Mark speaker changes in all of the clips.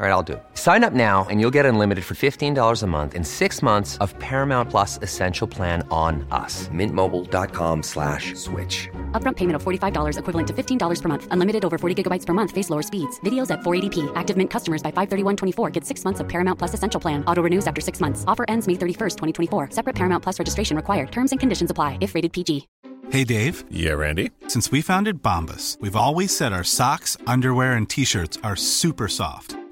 Speaker 1: All right, I'll do it. Sign up now and you'll get unlimited for $15 a month in six months of Paramount Plus Essential Plan on us. Mintmobile.com slash switch.
Speaker 2: Upfront payment of $45 equivalent to $15 per month. Unlimited over 40 gigabytes per month. Face lower speeds. Videos at 480p. Active Mint customers by 531.24 get six months of Paramount Plus Essential Plan. Auto renews after six months. Offer ends May 31st, 2024. Separate Paramount Plus registration required. Terms and conditions apply if rated PG.
Speaker 3: Hey, Dave.
Speaker 4: Yeah, Randy.
Speaker 3: Since we founded Bombus, we've always said our socks, underwear, and t shirts are super soft.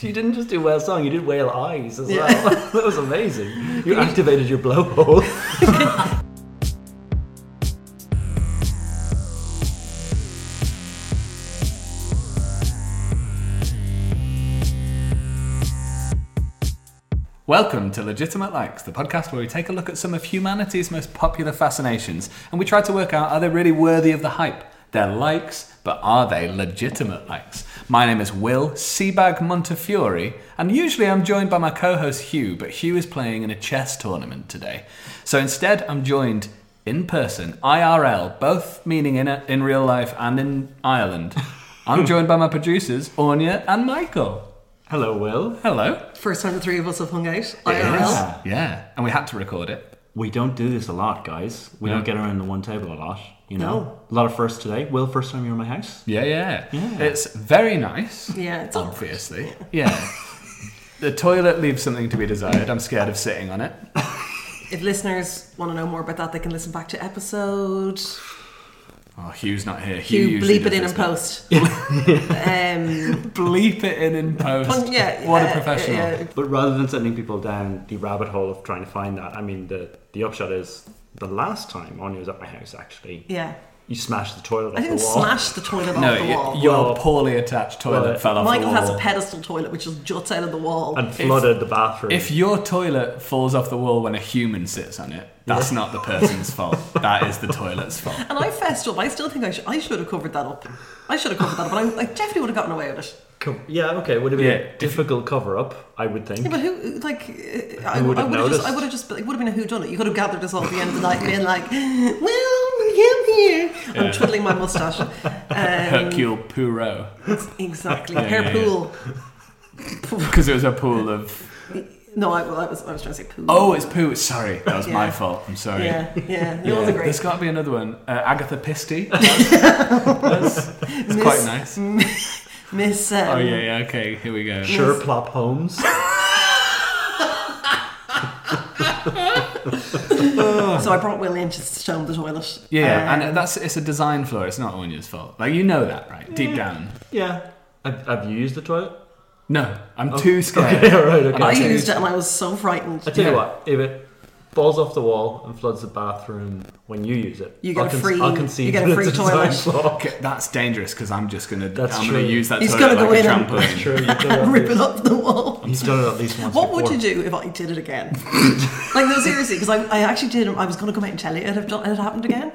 Speaker 5: You didn't just do whale song, you did whale eyes as well. that was amazing. You activated your blowhole.
Speaker 6: Welcome to Legitimate Likes, the podcast where we take a look at some of humanity's most popular fascinations and we try to work out are they really worthy of the hype? They're likes, but are they legitimate likes? My name is Will Seabag Montefiore, and usually I'm joined by my co host Hugh, but Hugh is playing in a chess tournament today. So instead, I'm joined in person, IRL, both meaning in, in real life and in Ireland. I'm joined by my producers, Ornia and Michael.
Speaker 5: Hello, Will.
Speaker 6: Hello.
Speaker 7: First time the three of us have hung out. IRL.
Speaker 6: Yeah, and we had to record it.
Speaker 5: We don't do this a lot, guys. We don't get around the one table a lot. You know,
Speaker 7: No.
Speaker 5: a lot of firsts today. Will, first time you were in my house.
Speaker 6: Yeah, yeah, It's very nice.
Speaker 7: Yeah, it's awkward.
Speaker 6: obviously. Yeah. the toilet leaves something to be desired. I'm scared of sitting on it.
Speaker 7: If listeners want to know more about that, they can listen back to episode.
Speaker 6: Oh, Hugh's not here. Hugh,
Speaker 7: You
Speaker 6: usually
Speaker 7: bleep it
Speaker 6: does
Speaker 7: in
Speaker 6: this
Speaker 7: and
Speaker 6: now.
Speaker 7: post. um,
Speaker 6: Bleep it in and post.
Speaker 7: but yeah,
Speaker 6: What
Speaker 7: uh,
Speaker 6: a professional.
Speaker 7: yeah.
Speaker 5: But rather than sending people down the rabbit hole of trying to find that, I mean, the, the upshot is the last time Anya was at my house, actually,
Speaker 7: yeah.
Speaker 5: you smashed the toilet
Speaker 7: I
Speaker 5: off
Speaker 7: didn't
Speaker 5: the wall.
Speaker 7: smash the toilet
Speaker 6: No,
Speaker 7: off the
Speaker 6: y-
Speaker 7: wall.
Speaker 6: your
Speaker 5: Well-
Speaker 6: poorly attached toilet
Speaker 5: Well,
Speaker 6: fell off
Speaker 7: Michael
Speaker 6: the wall.
Speaker 7: has a pedestal toilet which just juts out of the wall.
Speaker 5: and flooded the bathroom.
Speaker 6: if your toilet falls off the wall when a human sits on it, that's not the person's fault. That is the toilet's fault.
Speaker 7: and I fessed up. I still think I, sh- I should have covered that up. I should have covered that up, but I, I definitely would have gotten away with it.
Speaker 5: Co- yeah, okay, would have been
Speaker 6: Yeah.
Speaker 5: a difficult cover up, I would think.
Speaker 7: Yeah, but who, like, uh, I, I
Speaker 5: would
Speaker 7: would
Speaker 5: have
Speaker 7: have just,
Speaker 5: noticed?
Speaker 7: I would have just, it would have been a who done it. You could have gathered us all at the end of the night, and been like, "Well, yeah, here." I'm twiddling my mustache. Um,
Speaker 6: Hercule Poirot.
Speaker 7: exactly,
Speaker 6: Yeah,
Speaker 7: hair
Speaker 6: yeah, yeah.
Speaker 7: pool.
Speaker 6: Because it was a pool of.
Speaker 7: No, I, well, I was, I was trying to say pool.
Speaker 6: Oh, it's poo. Sorry, that was my
Speaker 7: Yeah.
Speaker 6: fault. I'm sorry.
Speaker 7: yeah, yeah. You're
Speaker 6: Yeah,
Speaker 7: the great.
Speaker 6: There's got to be another one. Uh, Agatha Pisty. that's that's quite nice.
Speaker 7: Miss. Um,
Speaker 6: Oh yeah, yeah. Okay, here we go.
Speaker 5: Sure, Plop Holmes.
Speaker 7: So I brought Will in just to show him the toilet.
Speaker 6: Oh, Yeah,
Speaker 7: Um,
Speaker 6: and that's it's a design flaw. It's not Anya's fault. Like you know that, right? Deep down.
Speaker 5: yeah. Have, have you used the toilet?
Speaker 6: No, I'm
Speaker 7: Oh,
Speaker 6: too scared.
Speaker 5: Yeah, right, okay.
Speaker 7: I
Speaker 6: I'll tell you-
Speaker 7: used it, and I was so frightened.
Speaker 5: I tell you
Speaker 6: Yeah.
Speaker 5: what, if it falls off the wall and floods the bathroom when you use it,
Speaker 7: You get
Speaker 5: I'll
Speaker 7: a free-
Speaker 5: I'll concede
Speaker 7: you get a
Speaker 5: that
Speaker 7: free
Speaker 5: it's design
Speaker 7: toilet.
Speaker 5: flaw.
Speaker 6: Okay, that's dangerous because I'm just gonna.
Speaker 5: That's
Speaker 6: I'm
Speaker 5: true.
Speaker 6: gonna use that
Speaker 7: He's
Speaker 6: toilet
Speaker 7: gonna go
Speaker 6: like a
Speaker 7: in and-
Speaker 6: trampoline.
Speaker 5: Sure, you've done it at
Speaker 7: Rip it
Speaker 5: least-
Speaker 7: up the wall.
Speaker 5: you've done it at least once.
Speaker 7: What would
Speaker 5: before.
Speaker 7: you do if I did it again? like no, seriously, because I, I actually did. I was going to come out and tell you it had, done, it had happened again.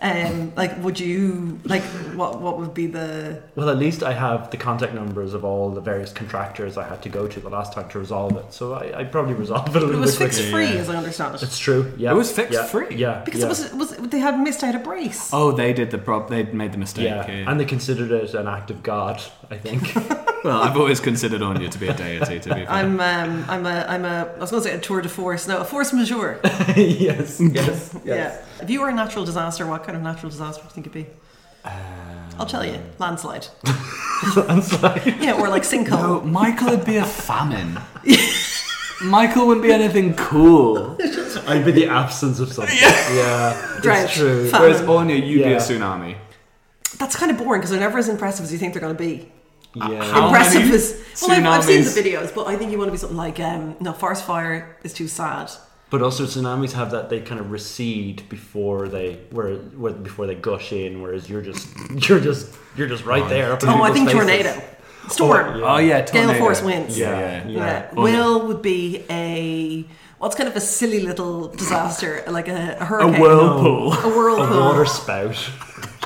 Speaker 7: Um, like, would you like what? What would be the?
Speaker 5: Well, at least I have the contact numbers of all the various contractors I had to go to the last time to resolve it, so I, I probably resolved it
Speaker 7: It
Speaker 5: a little
Speaker 7: was
Speaker 5: bit
Speaker 7: fixed
Speaker 5: quicker.
Speaker 7: free, as I understand it,
Speaker 5: It's true. Yeah,
Speaker 6: It was fixed
Speaker 5: yeah,
Speaker 6: free?
Speaker 5: Yeah,
Speaker 7: because
Speaker 5: yeah.
Speaker 7: it was it was they had missed out a brace.
Speaker 6: Oh, they did the prop. They made the mistake.
Speaker 5: Yeah, and they considered it an act of God. I think.
Speaker 6: well, I've always considered Anya to be a deity. To be fair.
Speaker 7: I'm um, I'm a I'm a I was going to say a tour de force. No, a force majeure.
Speaker 5: yes, yes, yes.
Speaker 7: Yeah. If you were a natural disaster, what kind of natural disaster do you think it'd be?
Speaker 6: Um,
Speaker 7: I'll tell you, landslide.
Speaker 5: Landslide.
Speaker 7: Yeah, or like
Speaker 6: Oh,
Speaker 7: sinkhole.
Speaker 6: Michael would be a famine. Michael wouldn't be anything cool.
Speaker 5: I'd be the absence of something. Yeah,
Speaker 7: Drought,
Speaker 5: it's true.
Speaker 7: famine.
Speaker 6: Whereas Ornia, you'd be a
Speaker 5: Yeah.
Speaker 6: tsunami.
Speaker 7: That's kind of boring because they're never as impressive as you think they're going to be.
Speaker 5: Yeah.
Speaker 6: How
Speaker 7: impressive
Speaker 6: many
Speaker 7: as well. I've, I've seen the
Speaker 6: Oh, tsunamis?
Speaker 7: videos, but I think you want to be something like um, no forest fire is too sad.
Speaker 5: But also tsunamis have that they kind of recede before they where, where before they gush in, whereas you're just you're just you're just right there. Up in
Speaker 7: Oh, I
Speaker 5: people's
Speaker 7: think
Speaker 5: faces.
Speaker 7: tornado, storm,
Speaker 6: Oh yeah, tornado.
Speaker 7: gale force winds.
Speaker 6: Yeah, yeah.
Speaker 7: Yeah. Will would be a what's kind of a silly little disaster, like a, a hurricane,
Speaker 6: A whirlpool.
Speaker 7: a whirlpool,
Speaker 5: A water spout.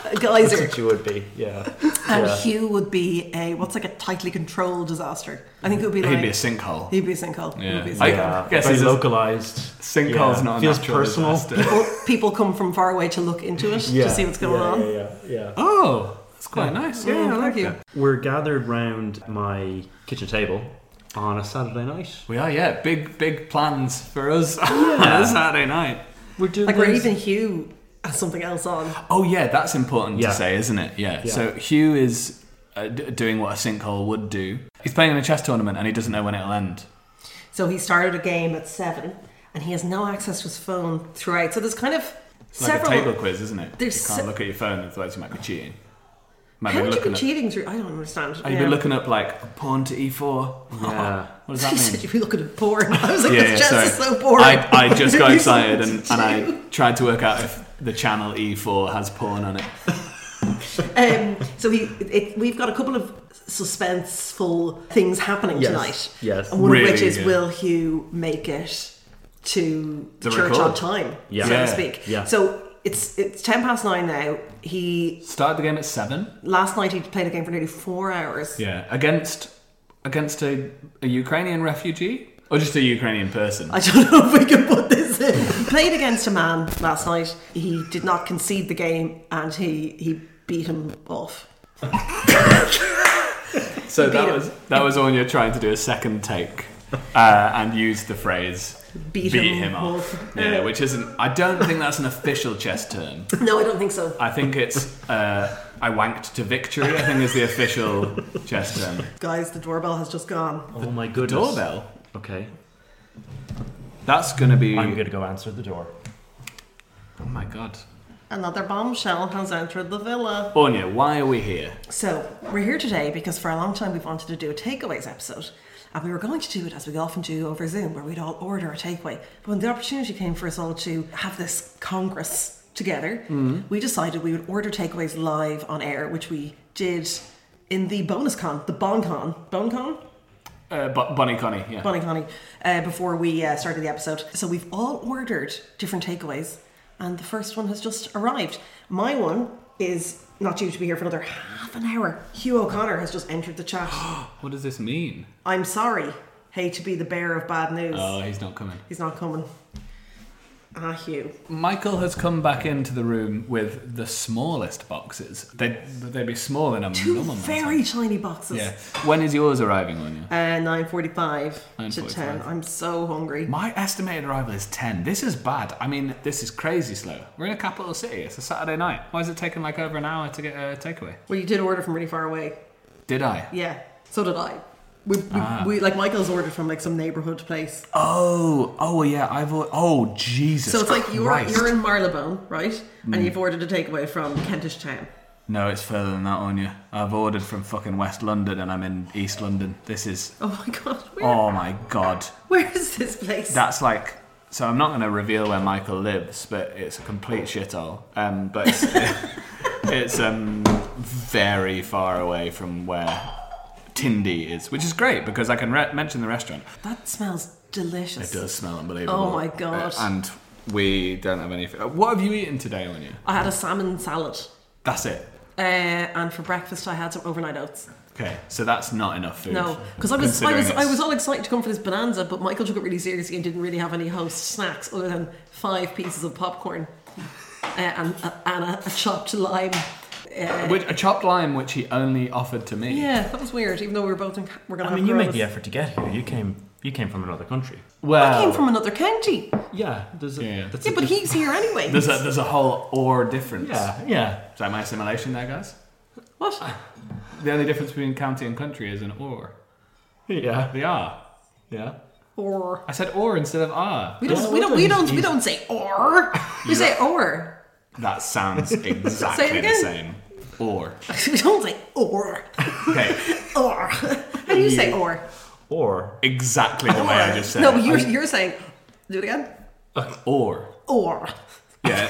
Speaker 7: a geyser.
Speaker 5: That's what you would be. Yeah.
Speaker 7: And
Speaker 5: Yeah.
Speaker 7: Hugh would be a what's like a tightly controlled disaster. I think it would be like
Speaker 6: He'd be a sinkhole. uh,
Speaker 7: He'd be a sinkhole. He would be a
Speaker 6: I
Speaker 7: sinkhole.
Speaker 6: guess
Speaker 5: Very
Speaker 6: he's local.
Speaker 5: localized.
Speaker 6: Sinkhole's
Speaker 5: Yeah.
Speaker 6: not a
Speaker 5: Feels
Speaker 6: natural
Speaker 5: personal.
Speaker 6: disaster.
Speaker 7: People- Oh, People come from far away to look into it to see what's going
Speaker 5: yeah,
Speaker 7: on.
Speaker 5: Yeah, yeah, yeah.
Speaker 6: Oh, that's quite nice. Yeah, I like
Speaker 7: thank you.
Speaker 6: that.
Speaker 5: We're gathered round my kitchen table on a Saturday night.
Speaker 6: We are, yeah. Big, big plans for us on a Saturday night.
Speaker 5: We're doing
Speaker 7: Like where
Speaker 5: things-
Speaker 7: even Hugh has something else on.
Speaker 6: Oh, yeah, that's important
Speaker 5: Yeah.
Speaker 6: to say, isn't it? Yeah. So Hugh is uh, d- doing what a sinkhole would do. He's playing in a chess tournament and he doesn't know when it'll end.
Speaker 7: So he started a game at seven, and he has no access to his phone throughout. So there's kind of
Speaker 6: It's like
Speaker 7: several.
Speaker 6: a table quiz, isn't it?
Speaker 7: there's
Speaker 6: you can't
Speaker 7: se-
Speaker 6: look at your phone, otherwise you might be cheating. Might
Speaker 7: How would you
Speaker 6: looking
Speaker 7: be
Speaker 6: at-
Speaker 7: cheating through? I don't understand.
Speaker 6: Oh, You'd be looking up like pawn to e4.
Speaker 5: Yeah.
Speaker 6: What does
Speaker 7: You
Speaker 6: that mean?
Speaker 7: said you'd be looking at porn. I was like, this chess is so boring.
Speaker 6: I, I just got
Speaker 7: You
Speaker 6: excited
Speaker 7: said
Speaker 6: and,
Speaker 7: to
Speaker 6: and I
Speaker 7: do.
Speaker 6: tried to work out if the channel E4 has porn on it.
Speaker 7: Um, so we it, we've got a couple of suspenseful things happening
Speaker 5: Yes,
Speaker 7: tonight.
Speaker 5: yes.
Speaker 7: and one of which
Speaker 6: Really
Speaker 7: is
Speaker 6: good.
Speaker 7: will Hugh make it to
Speaker 6: The
Speaker 7: church
Speaker 6: record.
Speaker 7: on time,
Speaker 5: Yeah.
Speaker 7: so
Speaker 6: Yeah,
Speaker 7: to speak.
Speaker 5: yeah.
Speaker 7: So it's it's ten past nine now. He
Speaker 6: Started the game at 7.
Speaker 7: last night he played a game for nearly four hours.
Speaker 6: Yeah. Against against a, a Ukrainian refugee? Or just a Ukrainian person?
Speaker 7: I don't know if we can put this in. He played against a man last night. He did not concede the game, and he he beat him off.
Speaker 6: so that
Speaker 7: beat
Speaker 6: was that was Anya trying to do a second take uh, and use the phrase
Speaker 7: Beat him
Speaker 6: off.
Speaker 7: off.
Speaker 6: Yeah, which isn't I don't think that's an official chess term.
Speaker 7: No, I don't think so.
Speaker 6: I think it's uh, I wanked to victory, I think is the official chess term.
Speaker 7: Guys, the doorbell has just gone.
Speaker 5: Oh my goodness.
Speaker 6: Doorbell?
Speaker 5: Okay.
Speaker 6: That's gonna be
Speaker 5: I'm gonna go answer the door.
Speaker 6: Oh my god.
Speaker 7: Another bombshell has entered the villa.
Speaker 6: Anya, why are we here?
Speaker 7: So, we're here today because for a long time we've wanted to do a takeaways episode. And we were going to do it as we often do over Zoom, where we'd all order a takeaway. But when the opportunity came for us all to have this congress together, we decided we would order takeaways live on air, which we did in the bonus con, the BonCon. BonCon?
Speaker 6: Uh, Bo- Bonnie Connie, yeah.
Speaker 7: Bonnie Connie, uh, before we uh, started the episode. So we've all ordered different takeaways, and the first one has just arrived. My one is not due to be here for another half an hour. Hugh O'Connor has just entered the chat.
Speaker 6: What does this mean?
Speaker 7: I'm sorry, hey, to be the bearer of bad news.
Speaker 6: Oh, he's not coming.
Speaker 7: He's not coming. Ah, Hugh.
Speaker 6: Michael has come back into the room with the smallest boxes. They'd, they'd be small in a
Speaker 7: Two
Speaker 6: normal
Speaker 7: very tiny boxes.
Speaker 6: Yeah. When is yours arriving, Anya?
Speaker 7: Uh, 9.45 to 10.
Speaker 6: 9:45.
Speaker 7: I'm so hungry.
Speaker 6: My estimated arrival is 10. This is bad. I mean, this is crazy slow. We're in a capital city. It's a Saturday night. Why is it taking like over an hour to get a takeaway?
Speaker 7: Well, you did order from really far away.
Speaker 6: Did I?
Speaker 7: Yeah, so did I. We, we,
Speaker 6: Ah.
Speaker 7: we like Michael's ordered from like some neighborhood place.
Speaker 6: Oh, oh yeah. I've al- oh Jesus.
Speaker 7: So it's like you're
Speaker 6: Christ. Mm.
Speaker 7: you're in Marylebone, right? And you've ordered a takeaway from Kentish Town.
Speaker 6: No, it's further than that, Anya. I've ordered from fucking West London and I'm in East London. This is.
Speaker 7: Oh my god, where,
Speaker 6: Oh my god.
Speaker 7: where is this place?
Speaker 6: That's like. So I'm not going to reveal where Michael lives, but it's a complete shithole. Um, but it's, it's um, very far away from where Tindy is, which is great because I can re- mention the restaurant.
Speaker 7: that smells
Speaker 6: It
Speaker 7: delicious.
Speaker 6: does smell unbelievable.
Speaker 7: Oh my God.
Speaker 6: Uh, and we don't have any. uh, What have you eaten today, Anya?
Speaker 7: I had a salmon salad,
Speaker 6: That's it.
Speaker 7: uh, and for breakfast I had some overnight oats.
Speaker 6: Okay, so that's not enough food.
Speaker 7: No, because I was I
Speaker 6: considering
Speaker 7: was I was
Speaker 6: it's-
Speaker 7: all excited to come for this bonanza, but Michael took it really seriously and didn't really have any host snacks other than five pieces of popcorn uh, and, and a, a chopped lime.
Speaker 6: Which, a chopped lime, which he only offered to me.
Speaker 7: Yeah, that was weird. Even though we were both in, we're gonna.
Speaker 8: I
Speaker 7: have
Speaker 8: mean, you make
Speaker 7: Coronas.
Speaker 8: the effort to get here. You came, you came from another country.
Speaker 6: Well,
Speaker 7: I came from another county.
Speaker 5: Yeah, there's a,
Speaker 6: Yeah.
Speaker 5: That's
Speaker 7: Yeah,
Speaker 5: a,
Speaker 7: but he's here anyway.
Speaker 6: there's a there's a whole or difference.
Speaker 5: Yeah, yeah.
Speaker 6: Is that my assimilation there, guys?
Speaker 7: what?
Speaker 6: The only difference between county and country is an or.
Speaker 5: Yeah,
Speaker 6: The R.
Speaker 5: yeah.
Speaker 7: Or
Speaker 6: I said or instead of R.
Speaker 7: we don't we don't we don't we don't say or. We say or.
Speaker 6: That sounds exactly
Speaker 7: Say it
Speaker 6: the
Speaker 7: again.
Speaker 6: same. Or.
Speaker 7: We don't say or.
Speaker 6: Okay.
Speaker 7: Or. How do you say or?
Speaker 5: Or
Speaker 6: Exactly the way Oh, I just said
Speaker 7: No,
Speaker 6: it.
Speaker 7: you're
Speaker 6: I-
Speaker 7: you're saying do it again.
Speaker 6: or.
Speaker 7: Or.
Speaker 6: Yeah.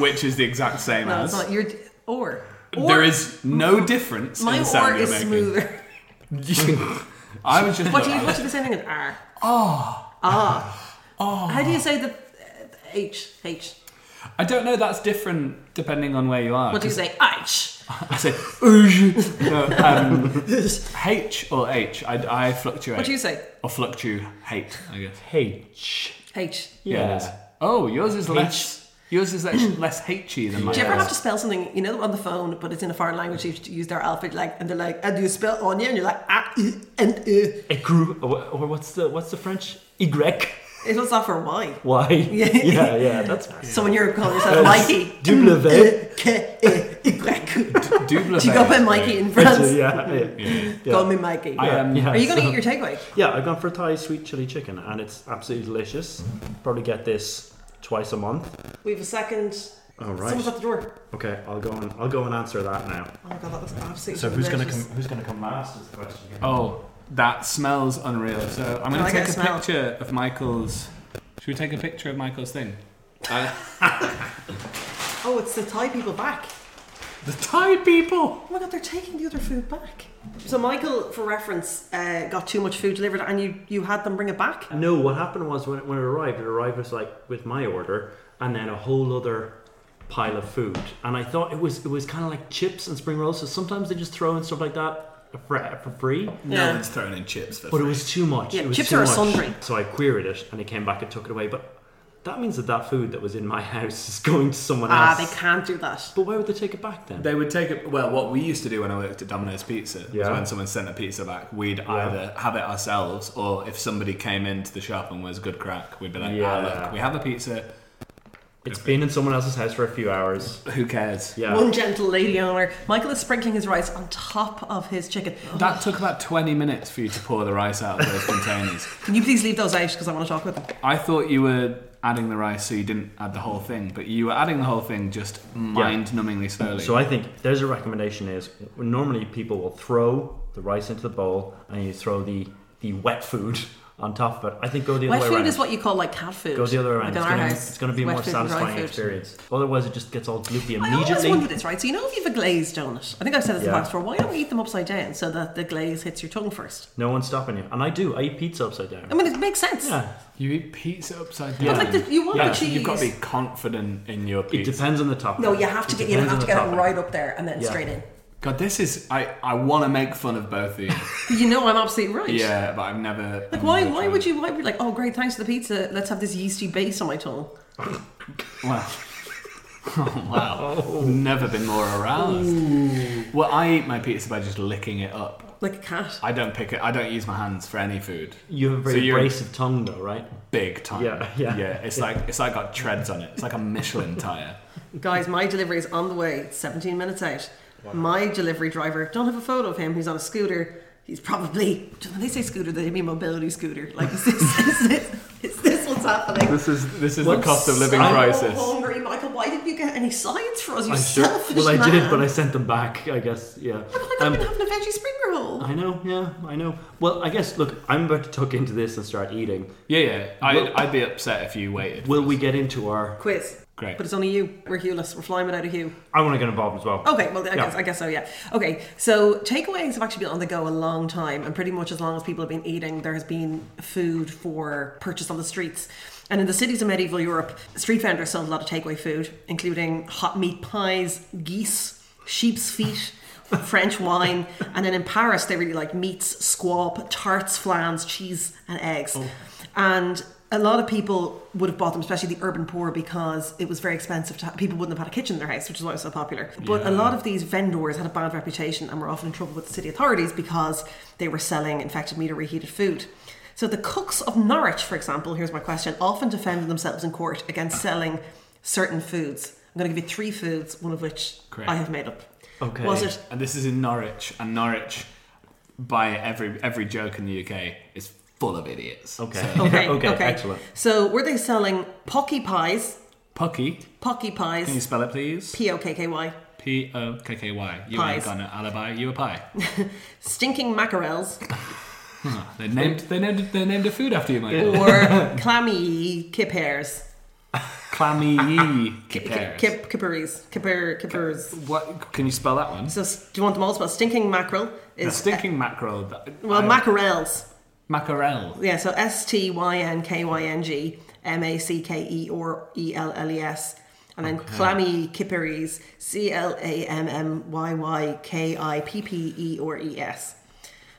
Speaker 6: Which is the exact same
Speaker 7: No,
Speaker 6: as.
Speaker 7: it's not. You're or. or
Speaker 6: there is no difference
Speaker 7: my
Speaker 6: in the sound
Speaker 7: or
Speaker 6: you're
Speaker 7: is
Speaker 6: making.
Speaker 7: smoother.
Speaker 6: I was just.
Speaker 7: What do you what do you say in an R? Oh. Ah. Oh. How do you say the uh, H H?
Speaker 6: I don't know. That's different depending on where you are.
Speaker 7: What do you say? H.
Speaker 6: I say "Oosh." no, um, H or H. I, I fluctuate.
Speaker 7: What do you say?
Speaker 6: Or fluctuate, I guess.
Speaker 5: H.
Speaker 7: H.
Speaker 6: Yeah. it is. Oh, yours is less. Yours is less, less H-y than mine.
Speaker 7: Do you ever have to spell something, you know, on the phone, but it's in a foreign language, you have to use their alphabet, like, and they're like, and you spell onion, and you're like, ah, e, and e.
Speaker 5: A group. Or, or what's the what's the French? Y.
Speaker 7: It was not for Y.
Speaker 5: Why? Yeah, yeah, That's
Speaker 7: So when you're calling yourself Mikey,
Speaker 5: W.
Speaker 7: K, E, Y.
Speaker 6: Double
Speaker 7: Do you go by Mikey in France?
Speaker 5: Yeah, yeah,
Speaker 7: Call me Mikey.
Speaker 6: I am.
Speaker 5: yeah.
Speaker 7: Are you going to eat your takeaway?
Speaker 5: Yeah, I've gone for Thai sweet chili chicken, and it's absolutely delicious. Probably get this twice a month.
Speaker 7: We have a second.
Speaker 5: All right.
Speaker 7: Someone's at the door.
Speaker 5: Okay, I'll go and I'll go and answer that now.
Speaker 7: Oh my god, that was absolutely
Speaker 5: So who's gonna come?
Speaker 7: delicious.
Speaker 5: Who's gonna come last? Is the question.
Speaker 6: Oh, that smells unreal. So I'm going
Speaker 7: I
Speaker 6: to
Speaker 7: get
Speaker 6: take a
Speaker 7: smell.
Speaker 6: picture of Michael's. Should we take a picture of Michael's thing? Uh,
Speaker 7: Oh, it's the Thai people back.
Speaker 6: the Thai people.
Speaker 7: Oh my god, they're taking the other food back. So Michael, for reference, uh, got too much food delivered, and you you had them bring it back.
Speaker 5: No, what happened was when it, when it arrived, it arrived was like with my order, and then a whole other pile of food. And I thought it was it was kind of like chips and spring rolls. So sometimes they just throw in stuff like that for, for free.
Speaker 7: Yeah.
Speaker 6: throwing in chips. For
Speaker 5: But it was too much.
Speaker 7: Yeah,
Speaker 5: it was
Speaker 7: chips
Speaker 5: too
Speaker 7: are a
Speaker 5: much.
Speaker 7: sundry.
Speaker 5: So I queried it, and it came back and took it away. But that means that that food that was in my house is going to someone
Speaker 7: Ah,
Speaker 5: else.
Speaker 7: they can't do that.
Speaker 5: But why would they take it back then?
Speaker 6: They would take it. Well, what we used to do when I worked at Domino's Pizza was
Speaker 5: Yeah.
Speaker 6: when someone sent a pizza back, we'd either have it ourselves or if somebody came into the shop and was good crack, we'd be like, ah,
Speaker 5: Yeah.
Speaker 6: look, we have a pizza.
Speaker 5: it's been in someone else's house for a few hours.
Speaker 6: Who cares?
Speaker 5: Yeah.
Speaker 7: One gentle lady owner. Michael is sprinkling his rice on top of his chicken.
Speaker 6: That took about 20 minutes for you to pour the rice out of those containers.
Speaker 7: Can you please leave those out because I want to talk with them.
Speaker 6: I thought you were adding the rice so you didn't add the whole thing, but you were adding the whole thing just mind numbingly slowly.
Speaker 5: So I think there's a recommendation is normally people will throw the rice into the bowl and you throw the, the wet food on top of it. I think go the
Speaker 7: Wet
Speaker 5: other
Speaker 7: food
Speaker 5: way around.
Speaker 7: is what you call like cat food.
Speaker 5: Go the other way
Speaker 7: Like
Speaker 5: around.
Speaker 7: in
Speaker 5: it's,
Speaker 7: our
Speaker 5: gonna,
Speaker 7: house,
Speaker 5: it's gonna be a
Speaker 7: wet
Speaker 5: more
Speaker 7: food and dry
Speaker 5: satisfying
Speaker 7: food.
Speaker 5: experience. Otherwise, it just gets all gloopy
Speaker 7: I always
Speaker 5: immediately.
Speaker 7: wonder this, right? So you know if you have a glazed donut, I think I've said this in the
Speaker 5: Yeah.
Speaker 7: past before. Why don't we eat them upside down so that the glaze hits your tongue first?
Speaker 5: No one's stopping you. And I do. I eat pizza upside down.
Speaker 7: I mean, it makes sense.
Speaker 5: yeah.
Speaker 6: you eat pizza upside down.
Speaker 7: But like the, you want
Speaker 5: Yeah,
Speaker 7: the cheese.
Speaker 6: You've got to be confident in your
Speaker 5: It
Speaker 6: pizza.
Speaker 5: depends on the topping.
Speaker 7: No, you have to
Speaker 5: It
Speaker 7: get you
Speaker 5: depends
Speaker 7: have
Speaker 5: on
Speaker 7: to
Speaker 5: the
Speaker 7: get it
Speaker 5: topping.
Speaker 7: right up there and then
Speaker 5: Yeah.
Speaker 7: straight in.
Speaker 6: God, this is. I, I want to make fun of both of you.
Speaker 7: But you know I'm absolutely right.
Speaker 6: yeah, but I've never.
Speaker 7: Like why why would you why would you like oh great thanks for the pizza let's have this yeasty base on my tongue
Speaker 6: Wow. Oh, wow. Never been more aroused. Well, I eat my pizza by just licking it up.
Speaker 7: like a cat.
Speaker 6: I don't pick it. I don't use my hands for any food.
Speaker 5: You have a
Speaker 6: So
Speaker 5: very
Speaker 6: you're-
Speaker 5: abrasive tongue, though, right?
Speaker 6: Big time.
Speaker 5: Yeah, yeah.
Speaker 6: yeah. It's like it's like got treads on it. It's like a Michelin tire.
Speaker 7: Guys, my delivery is on the way. It's 17 minutes out. My delivery driver don't have a photo of him. He's on a scooter. He's probably when they say scooter they mean mobility scooter. Like is this is this, is this what's happening?
Speaker 6: This is this is the
Speaker 5: What's-
Speaker 6: cost of living
Speaker 5: I'm
Speaker 6: crisis.
Speaker 7: Oh, hungry Michael. Why didn't you get any science for us? You
Speaker 5: I'm sure-
Speaker 7: selfish
Speaker 5: Well, I
Speaker 7: man.
Speaker 5: did, but I sent them back. I guess. Yeah.
Speaker 7: Like, I've
Speaker 5: Um,
Speaker 7: been having a veggie spring roll.
Speaker 5: I know, yeah, I know. Well, I guess, look, I'm about to tuck into this and start eating.
Speaker 6: Yeah, yeah. I, I'd be upset if you waited.
Speaker 5: Will we get into our.
Speaker 7: Quiz.
Speaker 6: Great.
Speaker 7: But it's only you. We're hueless. We're flying without a hue.
Speaker 5: I want to get involved as well.
Speaker 7: Okay, well, I,
Speaker 5: Yeah.
Speaker 7: guess, I guess so, yeah. Okay, so takeaways have actually been on the go a long time, and pretty much as long as people have been eating, there has been food for purchase on the streets. And in the cities of medieval Europe, street vendors sold a lot of takeaway food, including hot meat pies, geese, sheep's feet. French wine, and then in Paris they really like meats, squab, tarts, flans, cheese, and eggs. And a lot of people would have bought them, especially the urban poor, because it was very expensive. To ha- people wouldn't have had a kitchen in their house, which is why it was so popular. But a lot of these vendors had a bad reputation and were often in trouble with the city authorities because they were selling infected meat or reheated food. So the cooks of Norwich, for example, here's my question, often defended themselves in court against selling certain foods. I'm going to give you three foods, one of which
Speaker 6: Great.
Speaker 7: I have made up.
Speaker 5: Okay.
Speaker 7: Was it
Speaker 6: And this is in Norwich, and Norwich, by every every joke in the UK, is full of idiots.
Speaker 5: Okay.
Speaker 6: So,
Speaker 7: okay?
Speaker 5: Okay, excellent.
Speaker 7: So were they selling pocky pies?
Speaker 6: Pucky,
Speaker 7: Pocky
Speaker 6: can you
Speaker 7: pies.
Speaker 6: spell it please?
Speaker 7: P O K K Y.
Speaker 6: P O K K Y. You
Speaker 7: Pies.
Speaker 6: ain't got no alibi. You a pie.
Speaker 7: Stinking mackerels
Speaker 6: They named they named they named a food after you, Michael.
Speaker 7: or clammy kip hairs.
Speaker 6: Clammy
Speaker 7: Kip,
Speaker 6: Kiperis.
Speaker 7: kip, kipperies. Kipper, kippers.
Speaker 6: What can you spell that one?
Speaker 7: So s- do you want them all spelled? Stinking mackerel
Speaker 6: A
Speaker 7: is. uh,
Speaker 6: stinking mackerel. that-
Speaker 7: well,
Speaker 6: I-
Speaker 7: mackerels.
Speaker 6: mackerel.
Speaker 7: Yeah, so S T Y N K Y N G M A C K E or E L L E S. And then clammy kipperies, C L A M M Y Y K I P P E or E S.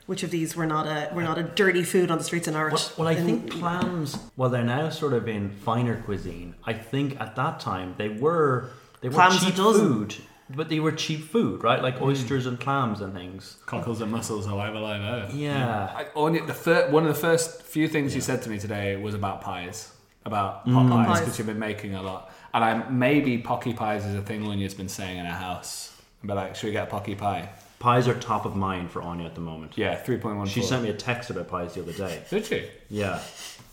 Speaker 7: Which of these were not a were not a dirty food on the streets in Norwich?
Speaker 5: Well, well, I
Speaker 7: in-
Speaker 5: think clams, while they're now sort of in finer cuisine, I think at that time they were they were
Speaker 7: Clams a
Speaker 5: cheap
Speaker 7: dozen. Mm.
Speaker 5: food, but they were cheap food, right? Like oysters and clams and things.
Speaker 6: Cockles and mussels, alive, alive, oh.
Speaker 5: Yeah.
Speaker 6: I, only, the fir- one of the first few things you said to me today was about pies, about pot pies,
Speaker 7: Pies.
Speaker 6: because you've been making a lot. And I maybe pocky pies is a thing Anya's been saying in her house. But like, should we get a pocky pie?
Speaker 5: Pies are top of mind for Anya at the moment.
Speaker 6: Yeah, three point one.
Speaker 5: She sent me a text about pies the other day.
Speaker 6: Did she?
Speaker 5: Yeah.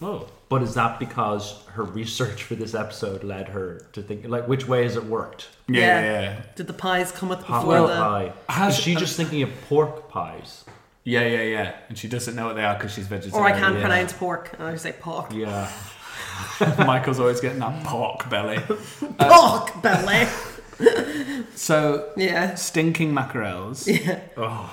Speaker 6: Oh,
Speaker 5: But is that because her research for this episode led her to think like which way has it worked?
Speaker 6: yeah, yeah, yeah.
Speaker 7: Did the pies come up
Speaker 5: Pot
Speaker 7: before
Speaker 5: well,
Speaker 7: the
Speaker 5: pie.
Speaker 6: has-
Speaker 5: is she
Speaker 7: uh,
Speaker 5: just thinking of pork pies?
Speaker 6: Yeah, yeah, yeah. And she doesn't know what they are because she's vegetarian.
Speaker 7: Or I can't
Speaker 6: yeah.
Speaker 7: pronounce pork, and I say pork.
Speaker 5: Yeah.
Speaker 6: Michael's always getting that pork belly.
Speaker 7: Pork belly.
Speaker 6: So,
Speaker 7: yeah.
Speaker 6: stinking mackerels.
Speaker 7: Or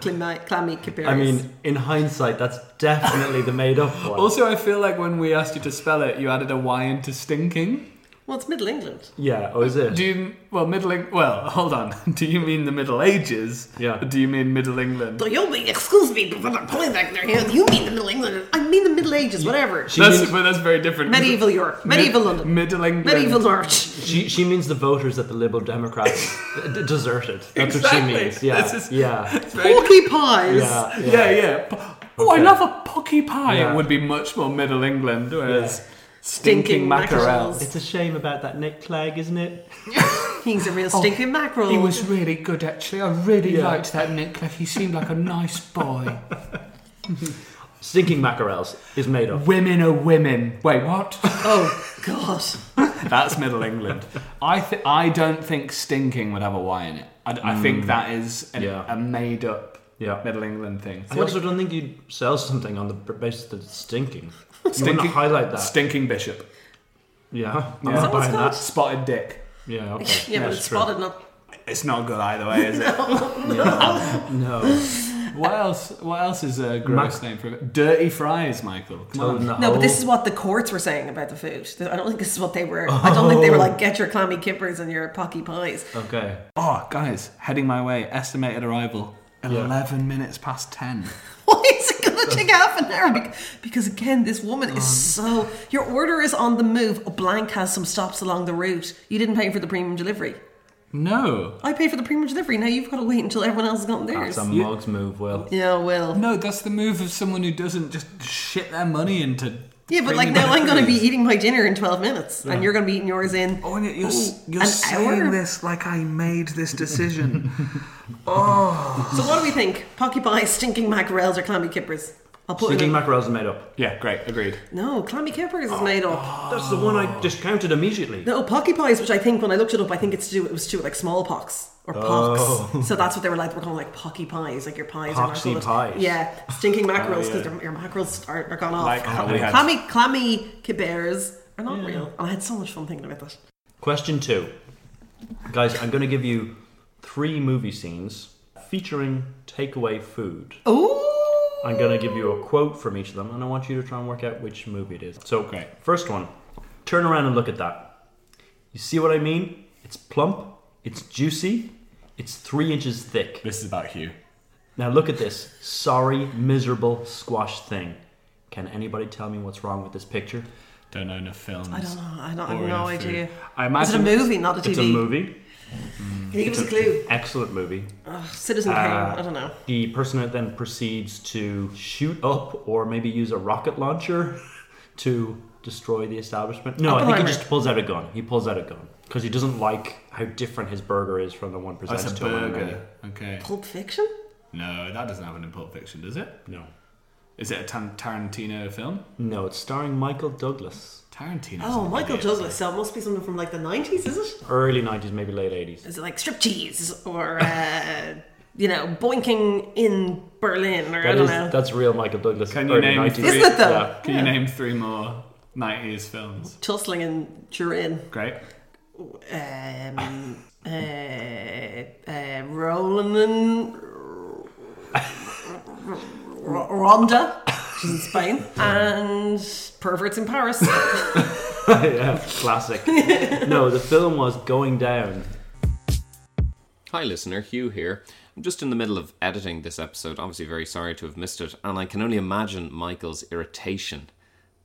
Speaker 7: Clammy, clammy kipperies.
Speaker 5: I mean, in hindsight, that's definitely the made up one.
Speaker 6: Also, I feel like when we asked you to spell it, you added a Y into stinking.
Speaker 7: well, it's Middle England.
Speaker 5: yeah, oh, is it?
Speaker 6: Do you, well, Middle Eng- well, hold on. Do you mean the Middle Ages?
Speaker 5: Yeah.
Speaker 6: Or do you mean Middle England?
Speaker 7: So you'll be, excuse me for not pulling back their hands. You mean the Middle England? I mean the Middle Ages, whatever.
Speaker 6: That's, but that's very different.
Speaker 7: Medieval Europe, medieval
Speaker 6: Mid-
Speaker 7: London,
Speaker 6: Middle England.
Speaker 7: medieval Norwich.
Speaker 5: She she means the voters that the Liberal Democrats d- deserted. That's what
Speaker 6: Exactly.
Speaker 5: she means. Yeah,
Speaker 6: This is-
Speaker 5: yeah,
Speaker 6: It's very
Speaker 7: Porky pies.
Speaker 5: yeah,
Speaker 6: Yeah,
Speaker 5: yeah.
Speaker 6: yeah. P- Oh, I love a pocky pie.
Speaker 5: Yeah.
Speaker 6: It would be much more Middle England, whereas
Speaker 7: Stinking
Speaker 6: stinking,
Speaker 7: mackerels.
Speaker 6: mackerels.
Speaker 5: It's a shame about that Nick Clegg, isn't it?
Speaker 7: He's a real
Speaker 5: Oh.
Speaker 7: stinking mackerel.
Speaker 8: He was really good, actually. I really
Speaker 5: Yeah.
Speaker 8: liked that Nick. Like, he seemed like a nice boy.
Speaker 5: Stinking mackerels is made up.
Speaker 6: Women are women. Wait, what?
Speaker 7: Oh God!
Speaker 6: That's Middle England. I th- I don't think stinking would have a Y in it. I, I think that is an,
Speaker 5: Mm. Yeah.
Speaker 6: a made up
Speaker 5: Yeah.
Speaker 6: Middle England thing.
Speaker 5: I also don't think you'd sell something on the b- basis that it's stinking. You want
Speaker 6: Stinking-
Speaker 5: to highlight that.
Speaker 6: Stinking bishop.
Speaker 5: yeah, I'm
Speaker 6: Yeah.
Speaker 5: not buying that.
Speaker 6: Spotted dick.
Speaker 5: Yeah, okay.
Speaker 7: Yeah, but
Speaker 5: that's
Speaker 7: it's
Speaker 5: true.
Speaker 7: spotted not.
Speaker 6: It's not good either way, is it?
Speaker 5: No,
Speaker 6: what else? What else is a gross name for it? Dirty fries, Michael. Come
Speaker 5: Oh,
Speaker 6: on.
Speaker 7: No, but this is what the courts were saying about the food. I don't think this is what they were. I don't think they were
Speaker 5: Oh.
Speaker 7: like, get your clammy kippers and your pocky pies.
Speaker 5: Okay.
Speaker 6: Oh, guys, heading my way. Estimated arrival. Eleven minutes past ten.
Speaker 7: Why is it going to take half an hour? Bec- Because again, this woman
Speaker 5: Um.
Speaker 7: is so. Your order is on the move. A blank has some stops along the route. You didn't pay for the premium delivery.
Speaker 6: No,
Speaker 7: I pay for the premium delivery. Now you've got to wait until everyone else has gotten theirs.
Speaker 5: That's a mug's move, Will.
Speaker 7: yeah, well.
Speaker 6: no, that's the move of someone who doesn't just shit their money into.
Speaker 7: Yeah, but like
Speaker 6: premium
Speaker 7: now I'm going to be
Speaker 6: deliveries.
Speaker 7: eating my dinner in 12 minutes, and you're going to be eating yours in.
Speaker 6: Oh, and you're, s- you're
Speaker 7: an
Speaker 6: saying
Speaker 7: hour?
Speaker 6: this like I made this decision.
Speaker 7: So what do we think? Pocky pies, stinking mackerels, or clammy kippers? I'll put
Speaker 5: Stinking Oh,
Speaker 7: it. in-
Speaker 5: mackerels is made up.
Speaker 6: yeah, great, agreed.
Speaker 7: no, clammy kippers is made up.
Speaker 5: That's the one I discounted immediately.
Speaker 7: No, pocky pies, which I think when I looked it up, I think it's to do it was to do with, like smallpox or pox. So that's what they were like. They were calling like pocky pies, like your pies
Speaker 5: Poxy
Speaker 7: are not good.
Speaker 5: pies.
Speaker 7: Yeah, stinking mackerels because
Speaker 6: yeah.
Speaker 7: your mackerels are, are gone off.
Speaker 6: Like how we had-
Speaker 7: clammy, clammy kippers are not real. And I had so much fun thinking about that.
Speaker 5: Question two. Guys, I'm going to give you three movie scenes featuring takeaway food.
Speaker 7: Oh,
Speaker 5: I'm going to give you a quote from each of them, and I want you to try and work out which movie it is. So,
Speaker 6: Great.
Speaker 5: first one turn around and look at that. You see what I mean? It's plump, it's juicy, it's three inches thick.
Speaker 6: This is about Hugh.
Speaker 5: Now, look at this sorry, miserable squash thing. Can anybody tell me what's wrong with this picture?
Speaker 6: Don't own a film.
Speaker 7: I don't know. I don't I
Speaker 6: Or
Speaker 7: have
Speaker 6: in
Speaker 7: no
Speaker 6: a food.
Speaker 7: idea.
Speaker 6: I
Speaker 7: Is it a
Speaker 6: imagine
Speaker 7: movie, not a TV?
Speaker 5: It's a movie.
Speaker 7: Can you give us a clue?
Speaker 5: Excellent movie.
Speaker 7: Ugh, Citizen Kane.
Speaker 5: Uh,
Speaker 7: I don't know.
Speaker 5: The person then proceeds to shoot up or maybe use a rocket launcher to destroy the establishment. No, I think he
Speaker 7: Oppenheimer.
Speaker 5: just pulls out a gun. He pulls out a gun because he doesn't like how different his burger is from the one
Speaker 6: That's
Speaker 5: presented
Speaker 6: Oh, a
Speaker 5: to him. on the
Speaker 6: burger.
Speaker 5: menu.
Speaker 6: Okay.
Speaker 7: Pulp Fiction?
Speaker 6: No, that doesn't happen in Pulp Fiction, does it?
Speaker 5: No,
Speaker 6: Is it a Tan- Tarantino film?
Speaker 5: no, it's starring Michael Douglas.
Speaker 6: Tarantino.
Speaker 7: Oh, Michael Douglas. So it must be something from like the 90s, is it?
Speaker 5: Early '90s, maybe late '80s.
Speaker 7: Is it like strip cheese or, uh, you know, boinking in Berlin or I
Speaker 5: That
Speaker 7: don't
Speaker 5: is,
Speaker 7: know?
Speaker 5: that's real Michael Douglas.
Speaker 6: Can you
Speaker 5: early
Speaker 6: name
Speaker 5: 90s.
Speaker 6: three-
Speaker 7: Isn't it though?
Speaker 5: Yeah.
Speaker 6: Can you name three more '90s films?
Speaker 7: Tussling in Turin.
Speaker 6: Great.
Speaker 7: Um, uh, uh, Roland and R- Ronda, she's in Spain, and Perverts in Paris.
Speaker 5: yeah, classic. no, the film was Going Down.
Speaker 9: Hi, listener, Hugh here. I'm just in the middle of editing this episode, obviously, very sorry to have missed it, and I can only imagine Michael's irritation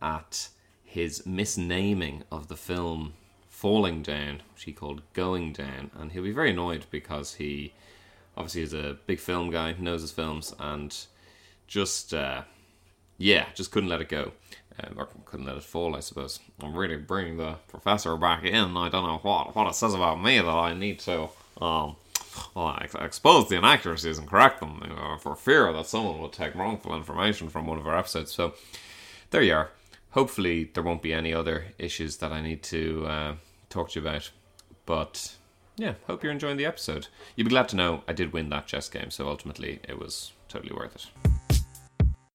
Speaker 9: at his misnaming of the film Falling Down, which he called Going Down, and he'll be very annoyed because he obviously is a big film guy, knows his films, and just, uh, yeah, just couldn't let it go. Um, or couldn't let it fall, I suppose. I'm really bringing the professor back in. I don't know what what it says about me that I need to um, well, ex- expose the inaccuracies and correct them you know, for fear that someone will take wrongful information from one of our episodes. So there you are. Hopefully, there won't be any other issues that I need to uh, talk to you about. But yeah, hope you're enjoying the episode. You'll be glad to know I did win that chess game, so ultimately it was totally worth it.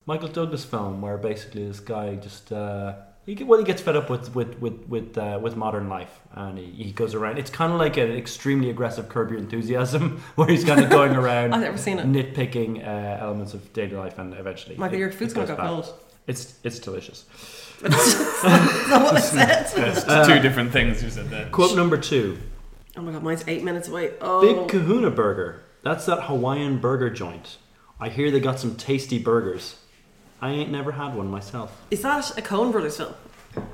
Speaker 5: Michael Douglas film where basically this guy just uh, he get, well he gets fed up with with with with, uh, with modern life and he, he goes around. It's kind of like an extremely aggressive Curb Your Enthusiasm where he's kind of going around.
Speaker 7: I've never seen it.
Speaker 5: Nitpicking uh, elements of daily life and eventually.
Speaker 7: Michael,
Speaker 5: it-
Speaker 7: your food's
Speaker 5: it
Speaker 7: gonna
Speaker 5: goes
Speaker 7: go
Speaker 5: bad.
Speaker 7: cold.
Speaker 5: It's it's delicious.
Speaker 7: Is that what I said?
Speaker 6: That's two different things you said there.
Speaker 5: Quote number two:
Speaker 7: Oh my god, mine's eight minutes away. Oh,
Speaker 5: Big Kahuna Burger. That's that Hawaiian burger joint. I hear they got some tasty burgers. I ain't never had one myself.
Speaker 7: is that a Coen Brothers film?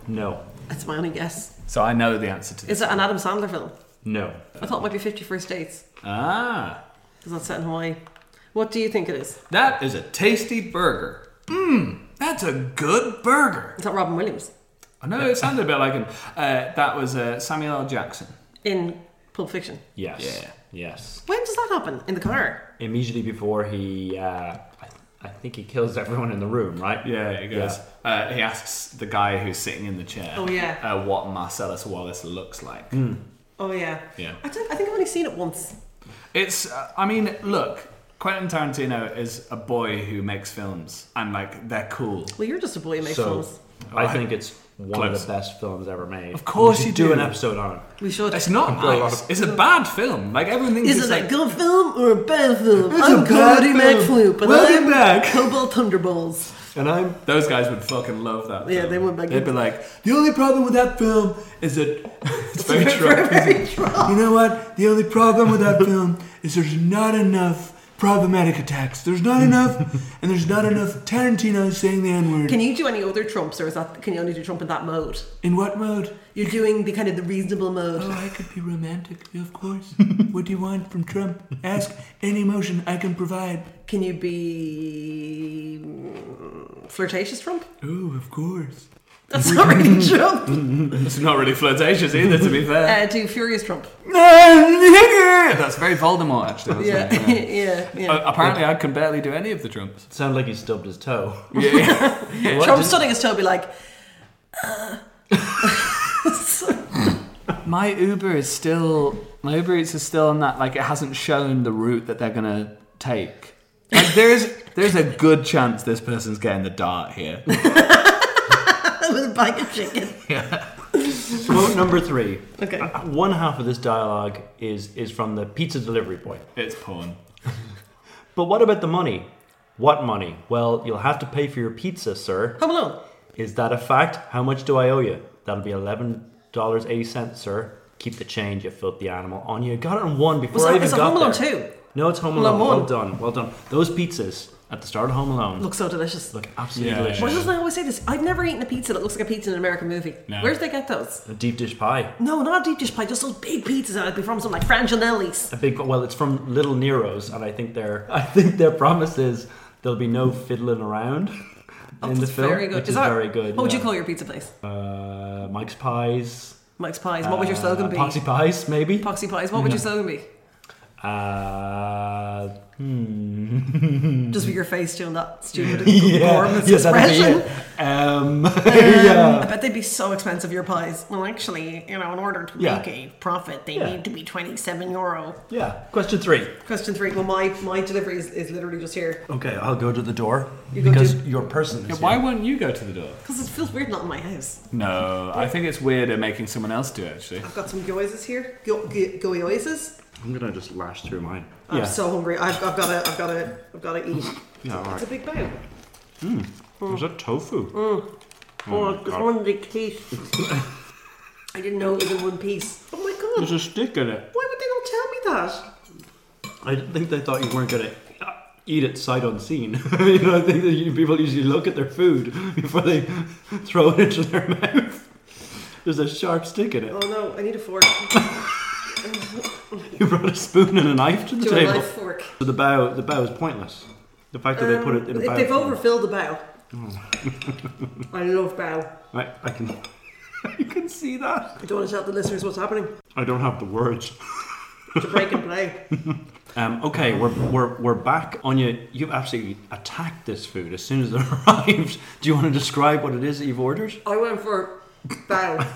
Speaker 5: No,
Speaker 7: That's my only guess.
Speaker 6: So I know the answer to this.
Speaker 7: Is it an Adam Sandler film?
Speaker 5: no.
Speaker 7: I thought it might be Fifty First Dates
Speaker 6: Ah,
Speaker 7: because that's set in Hawaii. What do you think it is?
Speaker 6: that is a tasty burger. Mmm, that's a good burger.
Speaker 7: Is that Robin Williams
Speaker 6: I know it sounded a bit like him. Uh, that was uh, Samuel L. Jackson.
Speaker 7: in Pulp Fiction?
Speaker 5: Yes.
Speaker 6: Yeah.
Speaker 5: Yes.
Speaker 7: When does that happen? In the car?
Speaker 5: immediately before he, uh, I, I think he kills everyone in the room, right?
Speaker 6: Yeah, he goes. Uh, he asks the guy who's sitting in the chair.
Speaker 7: Oh, yeah.
Speaker 6: Uh, what Marcellus Wallace looks like.
Speaker 7: Oh yeah.
Speaker 6: Yeah.
Speaker 7: I think I think I've only seen it once.
Speaker 6: It's. Uh, I mean, look. Quentin Tarantino is a boy who makes films, and like they're cool.
Speaker 7: Well, you're just a boy who makes
Speaker 5: So
Speaker 7: films.
Speaker 5: I think it's one
Speaker 6: Close.
Speaker 5: of the best films ever made. Of
Speaker 6: course
Speaker 5: we should
Speaker 6: you
Speaker 5: do an
Speaker 6: do.
Speaker 5: episode on it.
Speaker 7: We should.
Speaker 6: It's not
Speaker 5: got a lot
Speaker 6: nice.
Speaker 5: of-
Speaker 6: It's a bad film. Like everyone thinks
Speaker 7: Is
Speaker 6: it's
Speaker 7: it
Speaker 6: like
Speaker 7: a good film or a bad film?
Speaker 6: It's
Speaker 7: I'm
Speaker 6: a bad
Speaker 7: Cody
Speaker 6: film.
Speaker 7: McFloop, and
Speaker 6: Welcome
Speaker 7: I'm
Speaker 6: back.
Speaker 7: Cobalt Thunderballs.
Speaker 5: And I'm
Speaker 6: Those guys would fucking love that.
Speaker 7: Yeah,
Speaker 6: film.
Speaker 7: they would make
Speaker 6: They'd
Speaker 7: it-
Speaker 6: be like, the only problem with that film is that it's very true.
Speaker 7: Very drunk.
Speaker 6: You know what? The only problem with that film is there's not enough problematic attacks. There's not enough, and there's not enough Tarantino saying the N word.
Speaker 7: Can you do any other trumps, or is that can you only do trump in that mode?
Speaker 6: In what mode?
Speaker 7: You're doing the kind of the reasonable mode.
Speaker 6: Oh, I could be romantic, of course. what do you want from Trump? Ask any emotion I can provide.
Speaker 7: Can you be mm, flirtatious trump?
Speaker 6: Oh, of course.
Speaker 7: That's not really trump.
Speaker 6: It's not really flirtatious either, to be fair.
Speaker 7: Uh, do furious trump.
Speaker 6: That's very Voldemort, actually. wasn't
Speaker 7: Yeah,
Speaker 6: it?
Speaker 7: yeah, yeah.
Speaker 6: Uh, apparently, I can barely do any of the Trumps.
Speaker 5: sound like he stubbed his toe.
Speaker 7: Trump Trump's stunning his toe, be like,
Speaker 6: My Uber is still my Uber Eats is still on that. Like, it hasn't shown the route that they're gonna take. Like, there's there's a good chance this person's getting the dart here.
Speaker 7: with a bag of chicken.
Speaker 5: Quote number three.
Speaker 7: Okay.
Speaker 5: Uh, One half of this dialogue is is from the pizza delivery boy.
Speaker 6: It's porn.
Speaker 5: But what about the money? What money? Well, you'll have to pay for your pizza, sir.
Speaker 7: Home Alone.
Speaker 5: Is that a fact? How much do I owe you? That'll be eleven dollars eighty cents, sir. Keep the change, you filthy animal. On you, got it in one before
Speaker 7: Was
Speaker 5: I
Speaker 7: that,
Speaker 5: even
Speaker 7: is it
Speaker 5: got
Speaker 7: Home Alone
Speaker 5: there.
Speaker 7: too?
Speaker 5: No, it's Home
Speaker 7: Home
Speaker 5: Alone.
Speaker 7: Alone.
Speaker 5: Well done, well done. Those pizzas at the start of Home Alone
Speaker 7: Looks so delicious.
Speaker 5: look absolutely
Speaker 7: Yeah.
Speaker 5: delicious.
Speaker 7: Why doesn't I always say this? I've never eaten a pizza that looks like a pizza in an American movie.
Speaker 5: No.
Speaker 7: Where do they get those?
Speaker 5: A deep dish pie.
Speaker 7: No, not a deep dish pie, just those big pizzas that would be from some like Franginelli's.
Speaker 5: A big well, it's from Little Nero's, and I think their I think their promise is there'll be no fiddling around in the
Speaker 7: That's
Speaker 5: film,
Speaker 7: Oh, very good.
Speaker 5: which is,
Speaker 7: Is that-
Speaker 5: very good.
Speaker 7: What would you
Speaker 5: yeah.
Speaker 7: call your pizza place?
Speaker 5: Uh, Mike's Pies. Uh,
Speaker 7: Mike's Pies. What would your slogan be?
Speaker 5: Poxy Pies, maybe.
Speaker 7: Poxy Pies. What would your slogan be?
Speaker 5: Uh, hmm.
Speaker 7: Just with your face doing that stupid
Speaker 5: yeah,
Speaker 7: gormless
Speaker 5: yeah, that'd be
Speaker 7: expression.
Speaker 5: it. Um,
Speaker 7: Um, I
Speaker 5: yeah.
Speaker 7: bet they'd be so expensive, your pies. Well, actually, you know, in order to
Speaker 5: Yeah.
Speaker 7: make a profit, they
Speaker 5: Yeah.
Speaker 7: need to be 27 euro.
Speaker 5: Yeah. Question three.
Speaker 7: Question three. Well, my, my delivery is, is literally just here.
Speaker 5: Okay, I'll go to the door
Speaker 7: You go
Speaker 5: because
Speaker 7: to-
Speaker 5: your person
Speaker 6: Yeah,
Speaker 5: is
Speaker 6: why
Speaker 5: here.
Speaker 6: won't you go to the door?
Speaker 7: Because it feels weird not in my house.
Speaker 6: No, I think it's weirder making someone else do it, actually.
Speaker 7: I've got some goises here. Go, go, goises.
Speaker 5: I'm gonna just lash through mine.
Speaker 7: I'm so hungry. I've, I've got to, I've got to, I've got to eat.
Speaker 5: Yeah, all
Speaker 7: It's a
Speaker 5: right.
Speaker 7: big bowl. Mm.
Speaker 5: Is that tofu?
Speaker 7: Oh,
Speaker 5: my
Speaker 7: it's
Speaker 5: God.
Speaker 7: one big piece. I didn't know it was in one piece. Oh my god.
Speaker 5: There's a stick in it.
Speaker 7: Why would they not tell me that?
Speaker 5: I think they thought you weren't gonna uh, eat it sight unseen. you know, I think that you- people usually look at their food before they throw it into their mouth. There's a sharp stick in it.
Speaker 7: Oh no, I need a fork.
Speaker 5: You brought a spoon and a knife to the
Speaker 7: Do a
Speaker 5: table.
Speaker 7: knife fork.
Speaker 5: So the bow, the bow is pointless. The fact that they put it in
Speaker 7: Um,
Speaker 5: a
Speaker 7: If
Speaker 5: bow.
Speaker 7: they've overfilled the bow. I love bow.
Speaker 5: I, I can, I can see that.
Speaker 7: I don't want to tell the listeners what's happening.
Speaker 5: I don't have the words.
Speaker 7: It's a break and play.
Speaker 5: Um, okay, we're, we're, we're back. Anya, you've absolutely attacked this food as soon as it arrived. Do you want to describe what it is that you've ordered?
Speaker 7: I went for bow.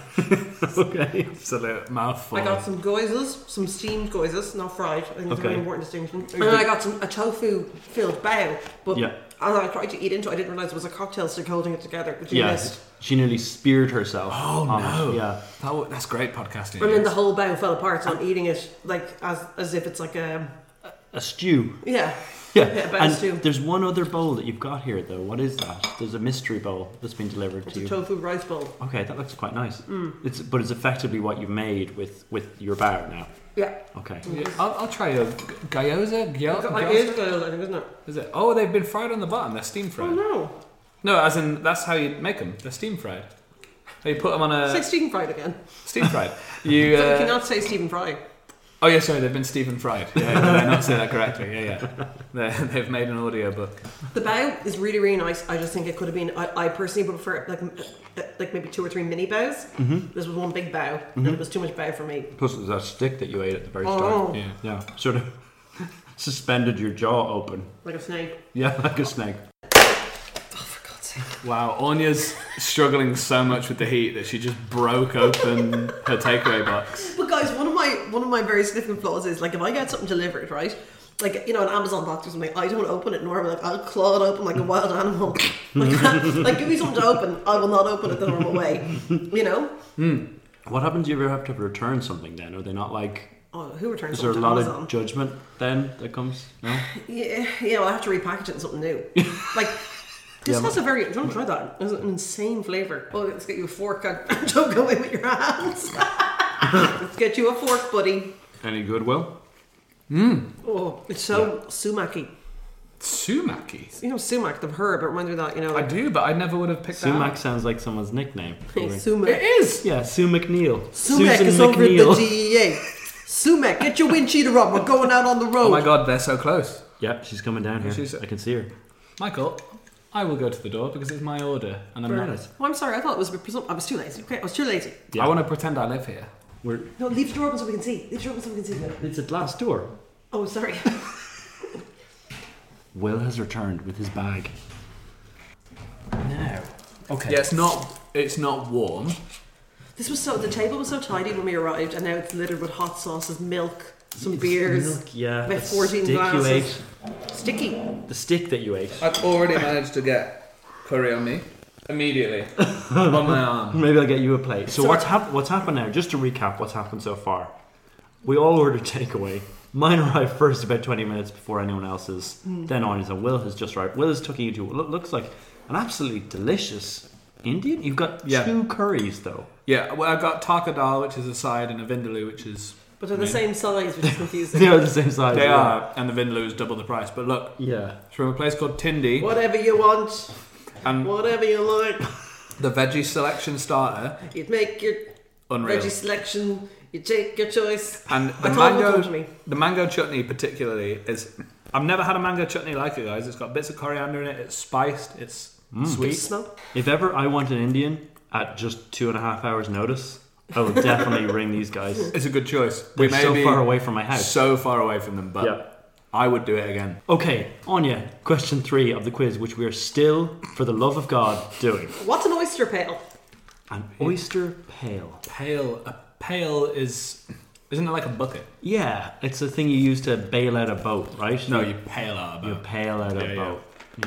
Speaker 5: okay.
Speaker 6: Absolute mouthful.
Speaker 7: I got some goises, some steamed goises, not fried. I think it's a very
Speaker 5: Okay.
Speaker 7: important distinction. And then I got some a tofu filled bow, but
Speaker 5: Yeah.
Speaker 7: as I tried to eat into, it, I didn't realize it was a cocktail stick holding it together, which I
Speaker 5: Yeah,
Speaker 7: missed.
Speaker 5: she nearly speared herself. Oh
Speaker 6: no.
Speaker 5: Yeah.
Speaker 6: That wa- that's great podcasting.
Speaker 7: And then the whole bow fell apart, so I'm eating it like as as if it's like a
Speaker 5: A stew.
Speaker 7: yeah.
Speaker 5: Yeah,
Speaker 7: Yeah, bow
Speaker 5: and
Speaker 7: stew.
Speaker 5: there's one other bowl that you've got here, though. What is that? There's a mystery bowl that's been delivered
Speaker 7: It's
Speaker 5: to
Speaker 7: a
Speaker 5: you.
Speaker 7: tofu rice bowl.
Speaker 5: okay, that looks quite nice. It's but it's effectively what you've made with with your bar now.
Speaker 7: Yeah.
Speaker 5: Okay.
Speaker 6: Yeah, I'll, I'll try a g- gyoza. Gyo-
Speaker 7: Like, it is
Speaker 6: gyoza?
Speaker 7: goises, I think, isn't it?
Speaker 6: Is it? Oh, they've been fried on the bottom. They're steam
Speaker 7: Oh
Speaker 6: fried.
Speaker 5: Uh,
Speaker 7: no.
Speaker 6: No, as in that's how you make them. They're steam fried. They put them on a
Speaker 7: Say Stephen Fry again.
Speaker 5: uh,
Speaker 6: steam fried. You.
Speaker 7: So you
Speaker 6: Uh,
Speaker 7: cannot say Stephen Fry.
Speaker 6: oh yeah, sorry. They've been steam fried. Yeah, yeah, did I not say that correctly? Yeah, yeah. they they've made an audio book.
Speaker 7: The bow is really, really nice. I just think it could have been. I, I personally would prefer like m- uh, like maybe two or three mini bows.
Speaker 5: Mm-hmm.
Speaker 7: This was one big bow, and it was too much bow for me.
Speaker 5: Plus, there's that stick that you ate at the very
Speaker 7: Oh,
Speaker 5: start. Yeah, sort of suspended your jaw open.
Speaker 7: like a snake.
Speaker 5: Yeah, like a snake.
Speaker 6: Wow, Anya's struggling so much with the heat that she just broke open her takeaway box.
Speaker 7: But guys, one of my one of my very significant flaws is like if I get something delivered, right? Like you know, an Amazon box or something, I don't open it normally. Like I'll claw it open like a wild animal. like, like give me something to open, I will not open it the normal way. You know.
Speaker 5: What happens if you ever have to return something then? Are they not like.
Speaker 7: Oh, who returns
Speaker 5: Is there a
Speaker 7: something to
Speaker 5: lot
Speaker 7: Amazon?
Speaker 5: of judgment then that comes? No?
Speaker 7: Yeah, yeah. Well, I have to repackage it in something new. Like this has a very. Do you want to try that? It's an insane flavor. Oh, let's get you a fork. And don't go in with your hands. let's get you a fork, buddy.
Speaker 6: Any goodwill?
Speaker 7: Oh, it's so sumacy.
Speaker 6: Sumaki.
Speaker 7: You know sumac, the herb. It reminds me of that. You know,
Speaker 6: I
Speaker 7: like,
Speaker 6: do, but I never would have picked that.
Speaker 5: Sumac
Speaker 6: up.
Speaker 5: sounds like someone's nickname.
Speaker 6: It
Speaker 7: sumac.
Speaker 6: is.
Speaker 5: Yeah, Sue McNeil.
Speaker 7: Sumac
Speaker 5: Susan
Speaker 7: is over at the
Speaker 5: McNeil.
Speaker 7: DEA. Sumac, get your wind cheater up. We're going out on the road.
Speaker 6: Oh my god, they're so close.
Speaker 5: yep, she's coming down here.
Speaker 6: She's-
Speaker 5: I can see her.
Speaker 6: Michael, I will go to the door because it's my order, and I'm not.
Speaker 5: nice.
Speaker 7: Oh, I'm sorry. I thought it was. I was too lazy. Okay, I was too lazy.
Speaker 6: I want to pretend I live here.
Speaker 5: We're,
Speaker 7: No, leave the door open so we can see. Leave the door open so we can see.
Speaker 5: it's a glass door.
Speaker 7: Oh, sorry.
Speaker 5: Will has returned with his bag. No. Okay.
Speaker 6: Yeah, it's not. It's not warm.
Speaker 7: This was so the table was so tidy when we arrived, and now it's littered with hot sauces, milk, some beers,
Speaker 5: Milk, yeah.
Speaker 7: about
Speaker 5: the
Speaker 7: fourteen
Speaker 5: stick
Speaker 7: glasses.
Speaker 5: you ate.
Speaker 7: Sticky.
Speaker 5: The stick that you ate.
Speaker 6: I've already managed to get curry on me immediately on my arm.
Speaker 5: Maybe I'll get you a plate. So, what's, hap- what's happened now? Just to recap what's happened so far. We all ordered takeaway. Mine arrived first about 20 minutes before anyone else's.
Speaker 7: Hmm.
Speaker 5: Then Anya's and Will has just arrived. Will is tucking into what lo- looks like an absolutely delicious Indian. You've got
Speaker 6: Yeah.
Speaker 5: two curries though.
Speaker 6: Yeah, well, I've got taka dal, which is a side, and a vindaloo, which is
Speaker 7: But they're the
Speaker 5: I
Speaker 7: same
Speaker 5: mean-
Speaker 7: size, which is confusing.
Speaker 5: size,
Speaker 6: They
Speaker 5: yeah.
Speaker 6: are, and the Vindaloo is double the price. But look,
Speaker 5: Yeah.
Speaker 6: it's from a place called Tindy.
Speaker 10: Whatever you want,
Speaker 6: And
Speaker 10: whatever you like,
Speaker 6: the veggie selection starter,
Speaker 10: you make your
Speaker 6: unreal.
Speaker 10: veggie selection, you take your choice.
Speaker 6: And
Speaker 10: I
Speaker 6: the
Speaker 10: told them to
Speaker 6: mango,
Speaker 10: come to me.
Speaker 6: the mango chutney particularly is. I've never had a mango chutney like it, guys. It's got bits of coriander in it. It's spiced. It's sweet.
Speaker 5: If ever I want an Indian at just two and a half hours' notice, I will definitely ring these guys.
Speaker 6: It's a good choice.
Speaker 5: They're
Speaker 6: may
Speaker 5: so
Speaker 6: be
Speaker 5: far away from my house.
Speaker 6: So far away from them, but
Speaker 5: Yeah.
Speaker 6: I would do it again.
Speaker 5: Okay, Anya, question three of the quiz, which we are still, for the love of God, doing.
Speaker 7: What's an oyster pail?
Speaker 5: An oyster pail.
Speaker 6: Pail. A pail is. Isn't it like a bucket?
Speaker 5: Yeah, it's a thing you use to bail out a boat, right?
Speaker 6: No, you pail out a
Speaker 5: You
Speaker 6: boat.
Speaker 5: pail out
Speaker 6: Yeah,
Speaker 5: a
Speaker 6: yeah.
Speaker 5: boat.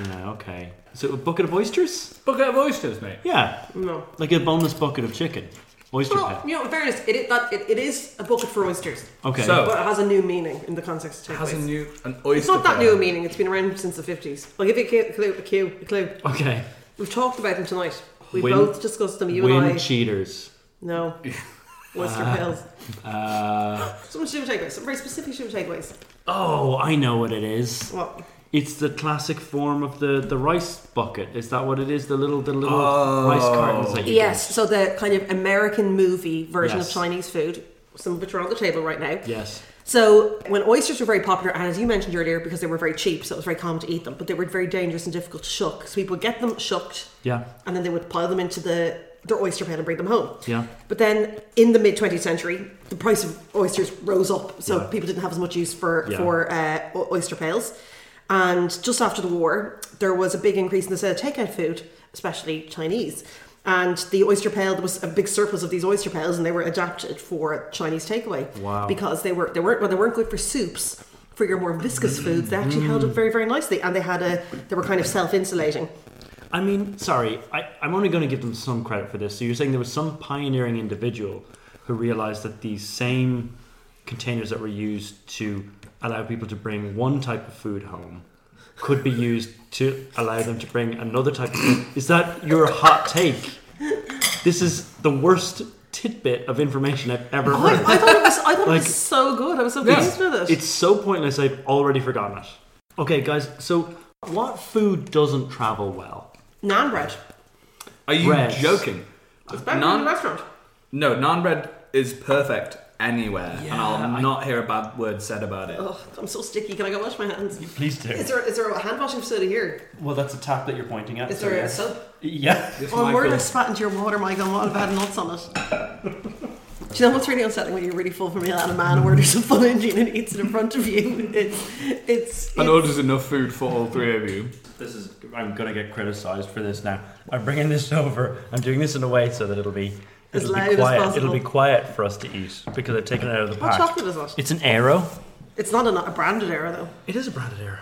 Speaker 5: Yeah, okay. So a bucket of oysters?
Speaker 6: Bucket of oysters, mate.
Speaker 5: Yeah.
Speaker 7: No.
Speaker 5: Like a boneless bucket of chicken. Oyster
Speaker 7: Mm. Well,
Speaker 5: pail.
Speaker 7: you know, in fairness, it, it, that, it, it is a bucket for oysters.
Speaker 5: Okay.
Speaker 6: So-
Speaker 7: But it has a new meaning in the context of takeaways.
Speaker 6: Oh. Has a new an oyster.
Speaker 7: it's not that
Speaker 6: pail.
Speaker 7: new a meaning, it's been around since the 50s. I'll give you a clue. A clue, a clue, a clue.
Speaker 5: Okay.
Speaker 7: We've talked about them tonight. We've
Speaker 5: Win-
Speaker 7: both discussed them, you
Speaker 5: Win
Speaker 7: and I.
Speaker 5: cheaters.
Speaker 7: no. Oyster pails.
Speaker 5: Uh,
Speaker 7: Some shoe takeaways, some very specific shoe takeaways.
Speaker 5: oh, I know what it is.
Speaker 7: What?
Speaker 5: It's the classic form of the, the rice bucket. Is that what it is? The little the little rice cartons that you
Speaker 7: Yes, so the kind of American movie version
Speaker 5: Yes.
Speaker 7: of Chinese food. Some of which are on the table right now.
Speaker 5: do. Yes.
Speaker 7: So when oysters were very popular, and as you mentioned earlier, because they were very cheap, so it was very common to eat them, but they were very dangerous and difficult to shuck. So people would get them shucked,
Speaker 5: Yeah.
Speaker 7: and then they would pile them into the their oyster pen and bring them home.
Speaker 5: Yeah.
Speaker 7: But then in the mid 20th century, the price of oysters rose up, so
Speaker 5: Yeah.
Speaker 7: people didn't have as much use for
Speaker 5: Yeah.
Speaker 7: for uh, o- oyster pails. And just after the war, there was a big increase in the sale of takeout food, especially Chinese. And the oyster pail, there was a big surplus of these oyster pails, and they were adapted for Chinese takeaway.
Speaker 5: Wow.
Speaker 7: Because they were they weren't well, they weren't good for soups. For your more viscous foods, they actually held
Speaker 5: Mm.
Speaker 7: up very, very nicely, and they had a they were kind of self insulating.
Speaker 5: I mean, sorry, I, I'm only going to give them some credit for this. So you're saying there was some pioneering individual who realized that these same containers that were used to allow people to bring one type of food home could be used to allow them to bring another type of food. Is that your hot take? This is the worst tidbit of information I've ever
Speaker 7: I,
Speaker 5: heard.
Speaker 7: I thought it was I thought it
Speaker 5: Like-
Speaker 7: was so good. I was so
Speaker 5: Yeah.
Speaker 7: pleased with it.
Speaker 5: It's so pointless, I've already forgotten it. Okay, guys, so what food doesn't travel well?
Speaker 7: Naan bread.
Speaker 6: Are you
Speaker 5: Breads.
Speaker 6: joking?
Speaker 7: It's better
Speaker 6: Naan-
Speaker 7: than the restaurant.
Speaker 6: No, naan bread is perfect anywhere, and I'll
Speaker 5: Yeah, I-
Speaker 6: not hear a bad word said about it.
Speaker 7: Oh, I'm so sticky. Can I go wash my hands?
Speaker 5: Please do.
Speaker 7: Is there is there a hand washing facility here?
Speaker 5: Well, that's a tap that you're pointing at.
Speaker 7: Is
Speaker 5: so
Speaker 7: there a
Speaker 5: yes.
Speaker 7: soap?
Speaker 5: Yeah.
Speaker 7: Oh, I'm worried I spat into your water, Michael. What if I had nuts on it? Do you know what's really unsettling when you're really full from a meal and a man orders a full engine and eats it in front of you? It's it's.
Speaker 6: And
Speaker 7: it's-
Speaker 6: orders enough food for all three of you.
Speaker 5: This is. I'm gonna get criticised for this now. I'm bringing this over. I'm doing this in a way so that it'll be.
Speaker 7: As
Speaker 5: it'll
Speaker 7: loud
Speaker 5: be
Speaker 7: as
Speaker 5: quiet.
Speaker 7: possible.
Speaker 5: It'll be quiet for us to eat because I've taken it out of the
Speaker 7: What
Speaker 5: pack.
Speaker 7: chocolate is that?
Speaker 5: It's an arrow.
Speaker 7: It's not a, a branded era though.
Speaker 5: It is a branded arrow.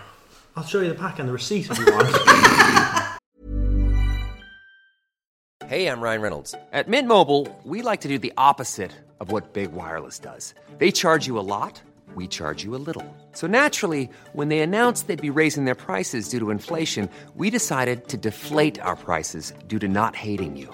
Speaker 5: I'll show you the pack and the receipt if you want.
Speaker 1: Hey, I'm Ryan Reynolds. At Mint Mobile, we like to do the opposite of what Big Wireless does. They charge you a lot, we charge you a little. So naturally, when they announced they'd be raising their prices due to inflation, we decided to deflate our prices due to not hating you.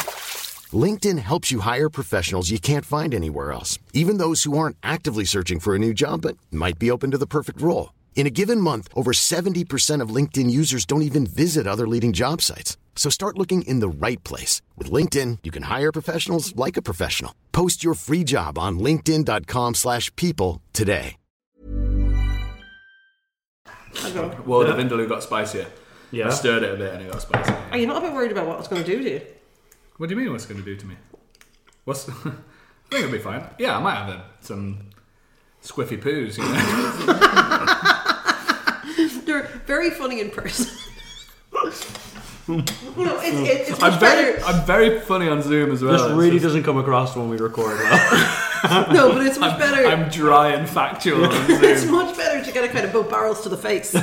Speaker 11: LinkedIn helps you hire professionals you can't find anywhere else, even those who aren't actively searching for a new job but might be open to the perfect role. In a given month, over 70% of LinkedIn users don't even visit other leading job sites. So start looking in the right place. With LinkedIn, you can hire professionals like a professional. Post your free job on linkedin.com/people slash people today.
Speaker 7: I go.
Speaker 6: Well, the vindaloo got spicier.
Speaker 5: Yeah.
Speaker 6: I stirred it a bit and it got spicier.
Speaker 7: Are you not a bit worried about what it's going to do to you?
Speaker 6: What do you mean? What's going to do to me? What's? I think it'll be fine. Yeah, I might have a, some squiffy poos. You know,
Speaker 7: They're very funny in person. no, it's, it's, it's much
Speaker 6: I'm very,
Speaker 7: better.
Speaker 6: I'm very funny on Zoom as well.
Speaker 5: this
Speaker 6: It's
Speaker 5: really
Speaker 6: just-
Speaker 5: doesn't come across when we record. Well.
Speaker 7: No, but it's much better.
Speaker 6: I'm dry and factual on
Speaker 7: it's
Speaker 6: Zoom.
Speaker 7: much better to get a kind of boat barrels to the face,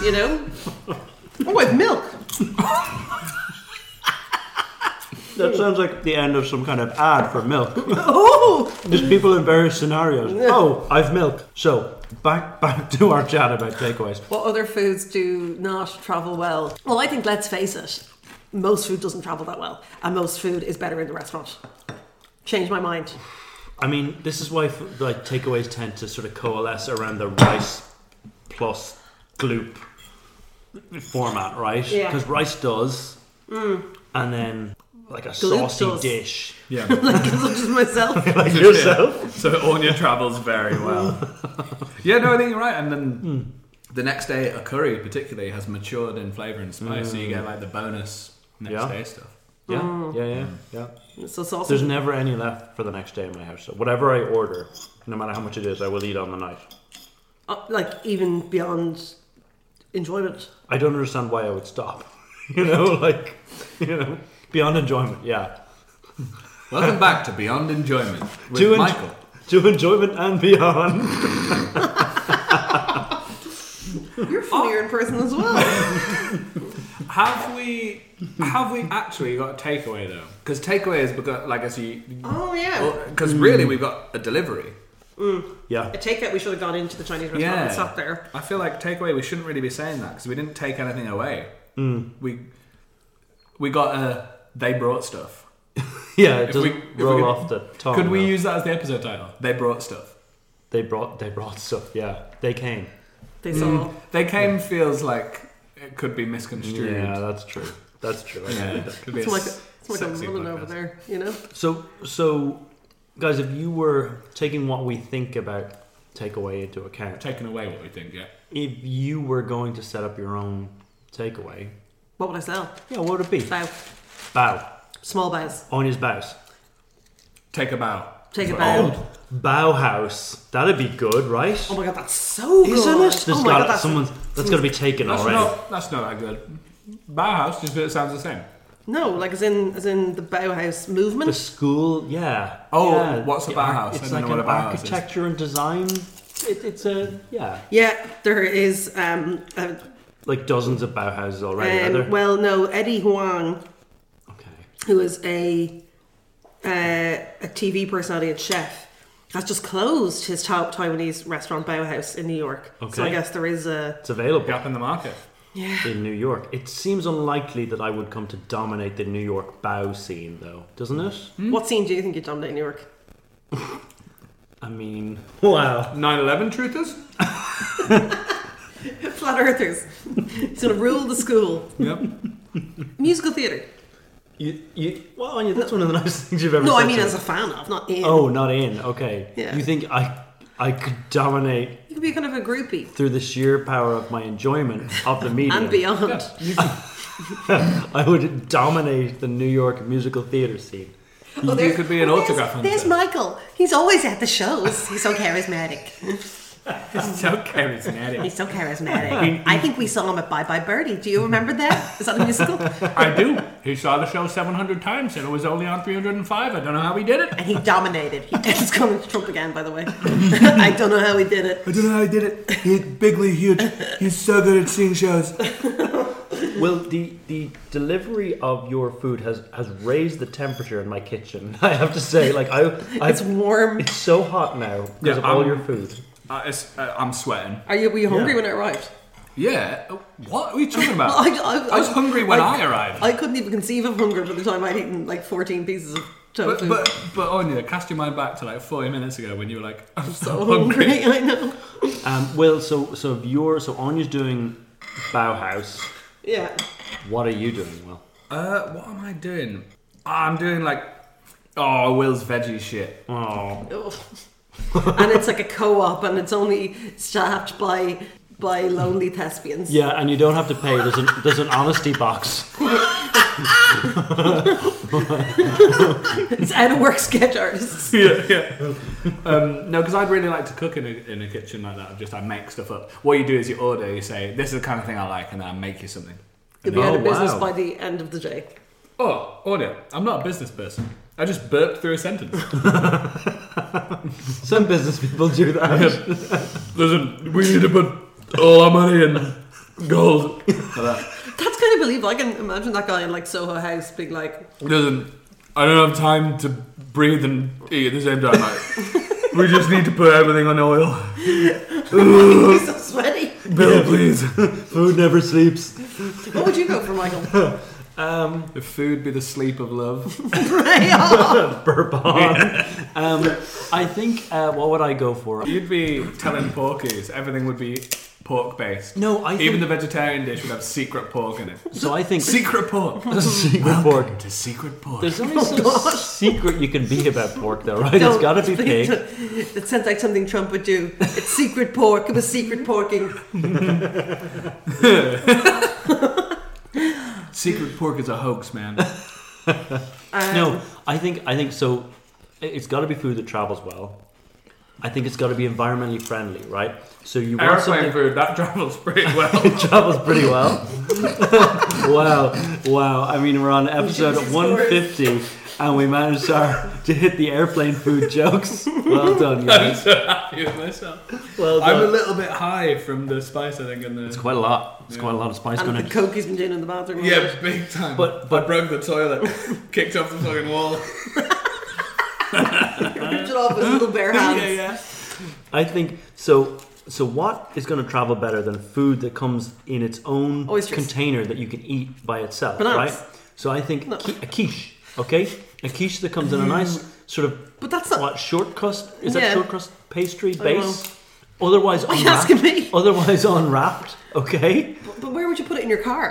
Speaker 7: you know. Oh, I've milk.
Speaker 5: That sounds like the end of some kind of ad for milk.
Speaker 7: Oh!
Speaker 5: There's people in various scenarios. Oh, I've milk. So back back to our chat about takeaways.
Speaker 7: What other foods do not travel well? Well, I think let's face it, most food doesn't travel that well, and most food is better in the restaurant. Change my mind.
Speaker 5: I mean, this is why f- like takeaways tend to sort of coalesce around the rice plus gloop format, right?
Speaker 7: Yeah.
Speaker 5: Because rice does,
Speaker 7: Mm.
Speaker 5: and then like a
Speaker 7: Gloop
Speaker 5: saucy
Speaker 7: does.
Speaker 5: dish.
Speaker 6: Yeah.
Speaker 7: like such as myself.
Speaker 5: Like yourself.
Speaker 6: So Ornia travels very well. yeah, no, I think you're right. And then
Speaker 5: Hmm.
Speaker 6: the next day, a curry particularly has matured in flavour and spice, so you get like the bonus next
Speaker 5: Hmm. Yeah.
Speaker 6: day stuff.
Speaker 5: Yeah,
Speaker 7: Mm.
Speaker 5: yeah, yeah, yeah.
Speaker 7: So it's also-
Speaker 5: There's never any left for the next day in my house. So whatever I order, no matter how much it is, I will eat on the night.
Speaker 7: Uh, like even beyond enjoyment.
Speaker 5: I don't understand why I would stop. You know, like you know, beyond enjoyment. Yeah.
Speaker 6: Welcome back to Beyond Enjoyment with
Speaker 5: to en-
Speaker 6: Michael.
Speaker 5: to enjoyment and beyond.
Speaker 6: Oh.
Speaker 7: You're funnier in person as well.
Speaker 6: Have we have we actually got a takeaway though? Because takeaway has become like as you.
Speaker 7: Oh, yeah.
Speaker 6: Because really, we've got a delivery.
Speaker 7: Mm.
Speaker 5: Yeah.
Speaker 7: I take it we should have gone into the Chinese restaurant
Speaker 6: Yeah.
Speaker 7: and stopped there.
Speaker 6: I feel like takeaway. We shouldn't really be saying that because we didn't take anything away.
Speaker 5: Hmm.
Speaker 6: We we got a they brought stuff.
Speaker 5: Yeah, it
Speaker 6: If
Speaker 5: doesn't
Speaker 6: we- if we
Speaker 5: roll
Speaker 6: could-
Speaker 5: off the tongue.
Speaker 6: Could we
Speaker 5: though.
Speaker 6: use that as the episode title? They brought stuff.
Speaker 5: They brought they brought stuff. Yeah, they came.
Speaker 6: Mm.
Speaker 7: They saw.
Speaker 6: They came feels like it could be misconstrued.
Speaker 5: Yeah, that's true. That's true. I
Speaker 6: Yeah,
Speaker 5: think
Speaker 6: it
Speaker 5: that
Speaker 6: could be
Speaker 7: It's
Speaker 6: a
Speaker 7: like, a,
Speaker 6: s-
Speaker 7: it's like a
Speaker 6: sexy
Speaker 7: woman
Speaker 6: podcast.
Speaker 7: over there, you know?
Speaker 5: So, so, guys, if you were taking what we think about takeaway into account,
Speaker 6: taking away what we think, yeah.
Speaker 5: If you were going to set up your own takeaway,
Speaker 7: What would I sell?
Speaker 5: Yeah, what would it be?
Speaker 7: Bow.
Speaker 5: bow
Speaker 7: Small bows.
Speaker 5: on his bows.
Speaker 6: Take a bow.
Speaker 7: Take a bow.
Speaker 5: Bauhaus. That'd be good, right?
Speaker 7: Oh my god, that's so good.
Speaker 5: Isn't it?
Speaker 7: Oh
Speaker 5: There's
Speaker 7: my
Speaker 5: got
Speaker 7: god, that's
Speaker 5: someone's that's got to be taken
Speaker 6: That's
Speaker 5: already.
Speaker 6: not that's not that good. Bauhaus just it sounds the same.
Speaker 7: No, like as in as in the Bauhaus movement.
Speaker 5: The school, yeah.
Speaker 6: Oh,
Speaker 5: Yeah,
Speaker 6: what's a
Speaker 5: the ar-
Speaker 6: Bauhaus? I
Speaker 5: It's
Speaker 6: don't
Speaker 5: like
Speaker 6: know what
Speaker 5: an
Speaker 6: a Bauhaus is.
Speaker 5: architecture and design. It, it's a yeah,
Speaker 7: Yeah, there is. Um, uh,
Speaker 5: like dozens of Bauhauses already. are there?
Speaker 7: um, well, no, Eddie Huang, who is a uh, a TV personality and chef, has just closed his Ta- Taiwanese restaurant Bauhaus in New York. So I
Speaker 5: Okay.
Speaker 7: guess there is a
Speaker 5: It's available.
Speaker 6: Gap in the market.
Speaker 7: Yeah.
Speaker 5: In New York. It seems unlikely that I would come to dominate the New York bow scene, though, doesn't it?
Speaker 7: What scene do you think you dominate in New York?
Speaker 5: I mean, wow.
Speaker 6: 9/11 truthers.
Speaker 7: Flat Earthers. He's going to rule the school.
Speaker 6: Yep.
Speaker 7: Musical theatre.
Speaker 5: You, you, well, Anya, that's one of the nicest things you've ever
Speaker 7: No,
Speaker 5: said.
Speaker 7: I mean
Speaker 5: to
Speaker 7: as a
Speaker 5: me.
Speaker 7: fan of, not in.
Speaker 5: Oh, not in. Okay.
Speaker 7: Yeah.
Speaker 5: You think I, I could dominate
Speaker 7: You could be kind of a groupie
Speaker 5: through the sheer power of my enjoyment of the medium
Speaker 7: and beyond.
Speaker 5: I would dominate the New York musical theater scene.
Speaker 7: Oh, there- oh, there's- There's
Speaker 5: hunter.
Speaker 7: Michael. He's always at the shows. He's so charismatic.
Speaker 6: He's so charismatic.
Speaker 7: He's so charismatic. I think we saw him at Bye Bye Birdie. Do you remember that? Is that a musical?
Speaker 6: I do. He saw the show 700 times and it was only on 305. I don't know how he did it.
Speaker 7: And he dominated. He did. It's coming to Trump again, by the way. I don't know how he did it.
Speaker 8: I don't know how he did it. He's bigly huge. He's so good at seeing shows.
Speaker 5: Well, the the delivery of your food has has raised the temperature in my kitchen. I have to say, like I, I
Speaker 7: It's warm.
Speaker 5: It's so hot now because
Speaker 6: Yeah,
Speaker 5: of all
Speaker 6: I'm-
Speaker 5: your food.
Speaker 6: Uh, it's, uh, I'm sweating.
Speaker 7: Are you, were you hungry
Speaker 5: Yeah.
Speaker 7: when I arrived?
Speaker 6: Yeah. uh, What are you talking about?
Speaker 7: I- I-
Speaker 6: was
Speaker 7: I-
Speaker 6: hungry when I, arrived.
Speaker 7: I couldn't even conceive of hunger by the time I'd eaten like 14 pieces of tofu.
Speaker 6: but, but, but Anya, cast your mind back to like 40 minutes ago when you were like, I'm so
Speaker 7: so
Speaker 6: hungry.
Speaker 7: hungry, I know.
Speaker 5: Um, well, so so if you're so Anya's doing Bauhaus,
Speaker 7: Yeah.
Speaker 5: what are you doing? Well,
Speaker 6: Uh, what am I doing? I'm doing like, oh, Will's veggie shit.
Speaker 5: Oh.
Speaker 7: Ugh. and it's like a co-op, and it's only staffed by by lonely thespians.
Speaker 5: yeah, Uh, and you don't have to pay. There's an there's an honesty box.
Speaker 7: It's out of work sketch artists.
Speaker 6: yeah, yeah. Um, no, because I'd really like to cook in a, in a kitchen like that. Just I make stuff up. What you do is you order, you say, this is the kind of thing I like, and then I make you something. And
Speaker 7: You'll be
Speaker 6: then-
Speaker 7: out of business by the end of the day.
Speaker 6: Oh, order. I'm not a business person. I just burped through a sentence.
Speaker 5: Some business people do that.
Speaker 6: Listen, we need to put all our money in gold. Like that.
Speaker 7: that's kind of believable. I can imagine that guy in like Soho House being like,
Speaker 11: Listen, I don't have time to breathe and eat at the same time. Like, we just need to put everything on oil.
Speaker 7: "He's so sweaty."
Speaker 11: Bill, please.
Speaker 5: Food never sleeps.
Speaker 7: What would you go for, Michael?
Speaker 5: Um,
Speaker 6: if food be the sleep of love,
Speaker 5: Burp on. Um, I think uh, what would I go for?
Speaker 6: You'd be telling porkies everything would be pork based.
Speaker 5: No, I
Speaker 6: even
Speaker 5: think-
Speaker 6: the vegetarian dish would have secret pork in it.
Speaker 5: So I think
Speaker 6: secret pork.
Speaker 5: secret
Speaker 6: Welcome
Speaker 5: pork. Oh,
Speaker 6: to secret pork.
Speaker 5: There's only some secret you can be about pork, though, right?
Speaker 7: Don't
Speaker 5: it's got to be
Speaker 7: speak
Speaker 5: pig.
Speaker 7: to- It sounds like something Trump would do. It's secret pork. It was secret porking.
Speaker 6: secret pork is a hoax, man.
Speaker 5: no, I think I think so. i- It's got to be food that travels well. I think it's got to be environmentally friendly, right? So you want
Speaker 11: Airplane
Speaker 5: something
Speaker 11: food, that travels pretty well.
Speaker 5: it travels pretty well. wow, wow! I mean, we're on episode
Speaker 11: Jesus
Speaker 5: 150, and we managed our, to hit the airplane food jokes. Well done,
Speaker 11: I'm
Speaker 5: guys.
Speaker 11: so happy with myself.
Speaker 5: Well
Speaker 11: I'm a
Speaker 5: done.
Speaker 11: little bit high from the spice, I think, in the. It's
Speaker 5: quite a lot. It's quite a lot of spice
Speaker 7: and
Speaker 5: going
Speaker 7: the coke he's been doing in the bathroom.
Speaker 11: Yeah, big time.
Speaker 5: But-
Speaker 11: But, I broke the toilet, kicked off the fucking wall.
Speaker 7: ripped it off with little bare hands.
Speaker 11: Yeah, yeah.
Speaker 5: I think so. So what is going to travel better than food that comes in its own
Speaker 7: Oysters.
Speaker 5: container that you can eat by itself,
Speaker 7: Bananas.
Speaker 5: right? So I think qui- a quiche, okay, a quiche that comes in a nice sort of
Speaker 7: but Mm. that's not
Speaker 5: what short crust is that
Speaker 7: Yeah.
Speaker 5: short crust pastry
Speaker 7: I don't
Speaker 5: base. Otherwise,
Speaker 7: What are you
Speaker 5: unwrapped,
Speaker 7: asking me?
Speaker 5: otherwise unwrapped, okay.
Speaker 7: But, but where would you put it in your car?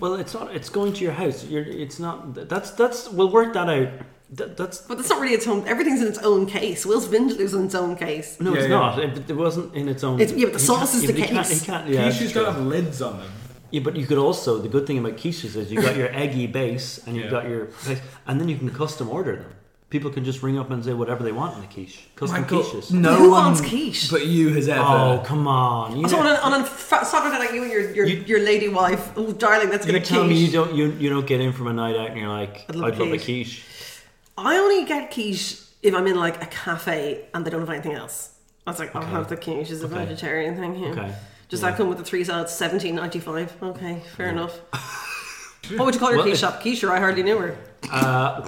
Speaker 5: Well, it's not. It's going to your house. You're, it's not. That's that's. We'll work that out. That, that's
Speaker 7: But that's not really its own. Everything's in its own case. Will's Vindaloo's in its own case.
Speaker 5: no, it's
Speaker 11: yeah.
Speaker 5: not. It, it wasn't in its own.
Speaker 7: It's- yeah, but the
Speaker 5: he
Speaker 7: sauce is
Speaker 5: can't-
Speaker 7: the
Speaker 5: he can't-
Speaker 7: case.
Speaker 5: he can't- yeah,
Speaker 11: Quiches
Speaker 5: it's
Speaker 11: don't
Speaker 5: true.
Speaker 11: have lids on them.
Speaker 5: Yeah, but you could also the good thing about quiches is you got your eggy base and you've
Speaker 11: Yeah.
Speaker 5: got your base, and then you can custom order them. People can just ring up and say whatever they want in the quiche. Custom quiches.
Speaker 7: Who wants quiche?
Speaker 6: but you has ever.
Speaker 5: Oh come on! You
Speaker 7: Also, on
Speaker 5: know,
Speaker 7: a, on a fa- Saturday night, you and your your, your lady wife. Oh, darling, that's
Speaker 5: you're
Speaker 7: gonna
Speaker 5: telling
Speaker 7: kill
Speaker 5: me you
Speaker 7: me.
Speaker 5: don't you, you don't get in from a night out and you're like I'd
Speaker 7: love a
Speaker 5: love, a quiche.
Speaker 7: I only get quiche if I'm in like a cafe and they don't have anything else. I was like, I'll have the quiche. It's a
Speaker 5: Okay.
Speaker 7: vegetarian thing here.
Speaker 5: Okay.
Speaker 7: Does that come with the three salads? Seventeen ninety five. Okay, fair enough. what would you call your
Speaker 5: Well,
Speaker 7: quiche
Speaker 5: it-
Speaker 7: shop? Quiche, or I hardly knew her.
Speaker 5: Uh,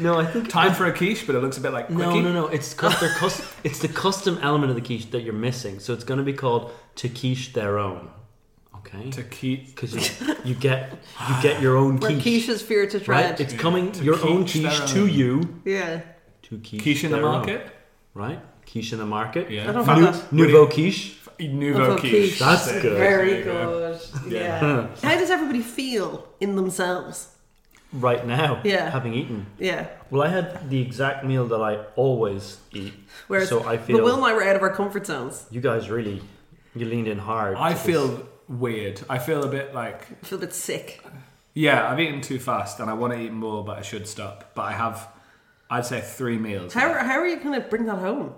Speaker 5: no, I think
Speaker 6: Time for a quiche, but it looks a bit like quickie.
Speaker 5: no, no, no. It's cus- they're cus- it's the custom element of the quiche that you're missing. So it's going to be called to quiche their own. Okay.
Speaker 6: To keep
Speaker 5: Because you, you get you get your own
Speaker 7: Where
Speaker 5: quiche.
Speaker 7: quiches fear to tread.
Speaker 5: Right? It's coming
Speaker 6: To
Speaker 5: your own
Speaker 6: quiche their
Speaker 5: quiche to
Speaker 6: own.
Speaker 5: you.
Speaker 7: Yeah.
Speaker 5: To
Speaker 6: quiche in the
Speaker 5: their own.
Speaker 6: market.
Speaker 5: Right? Quiche in the market.
Speaker 6: Yeah.
Speaker 7: I don't have that.
Speaker 5: Nouveau quiche.
Speaker 6: Nouveau
Speaker 7: Nouveau
Speaker 6: quiche.
Speaker 7: quiche.
Speaker 5: That's
Speaker 6: There you
Speaker 5: good.
Speaker 7: Very
Speaker 6: There you go.
Speaker 7: good. Yeah. How does everybody feel in themselves?
Speaker 5: Right now.
Speaker 7: Yeah.
Speaker 5: Having eaten.
Speaker 7: Yeah.
Speaker 5: Well, I had the exact meal that I always eat.
Speaker 7: Whereas,
Speaker 5: so I feel
Speaker 7: but Will and I were out of our comfort zones.
Speaker 5: you guys really you leaned in hard.
Speaker 6: I
Speaker 5: to this.
Speaker 6: feel weird. I feel a bit like
Speaker 7: I feel a bit sick.
Speaker 6: yeah, I've eaten too fast, and I want to eat more, but I should stop. But I have, I'd say three meals.
Speaker 7: How, how are you going to bring that home?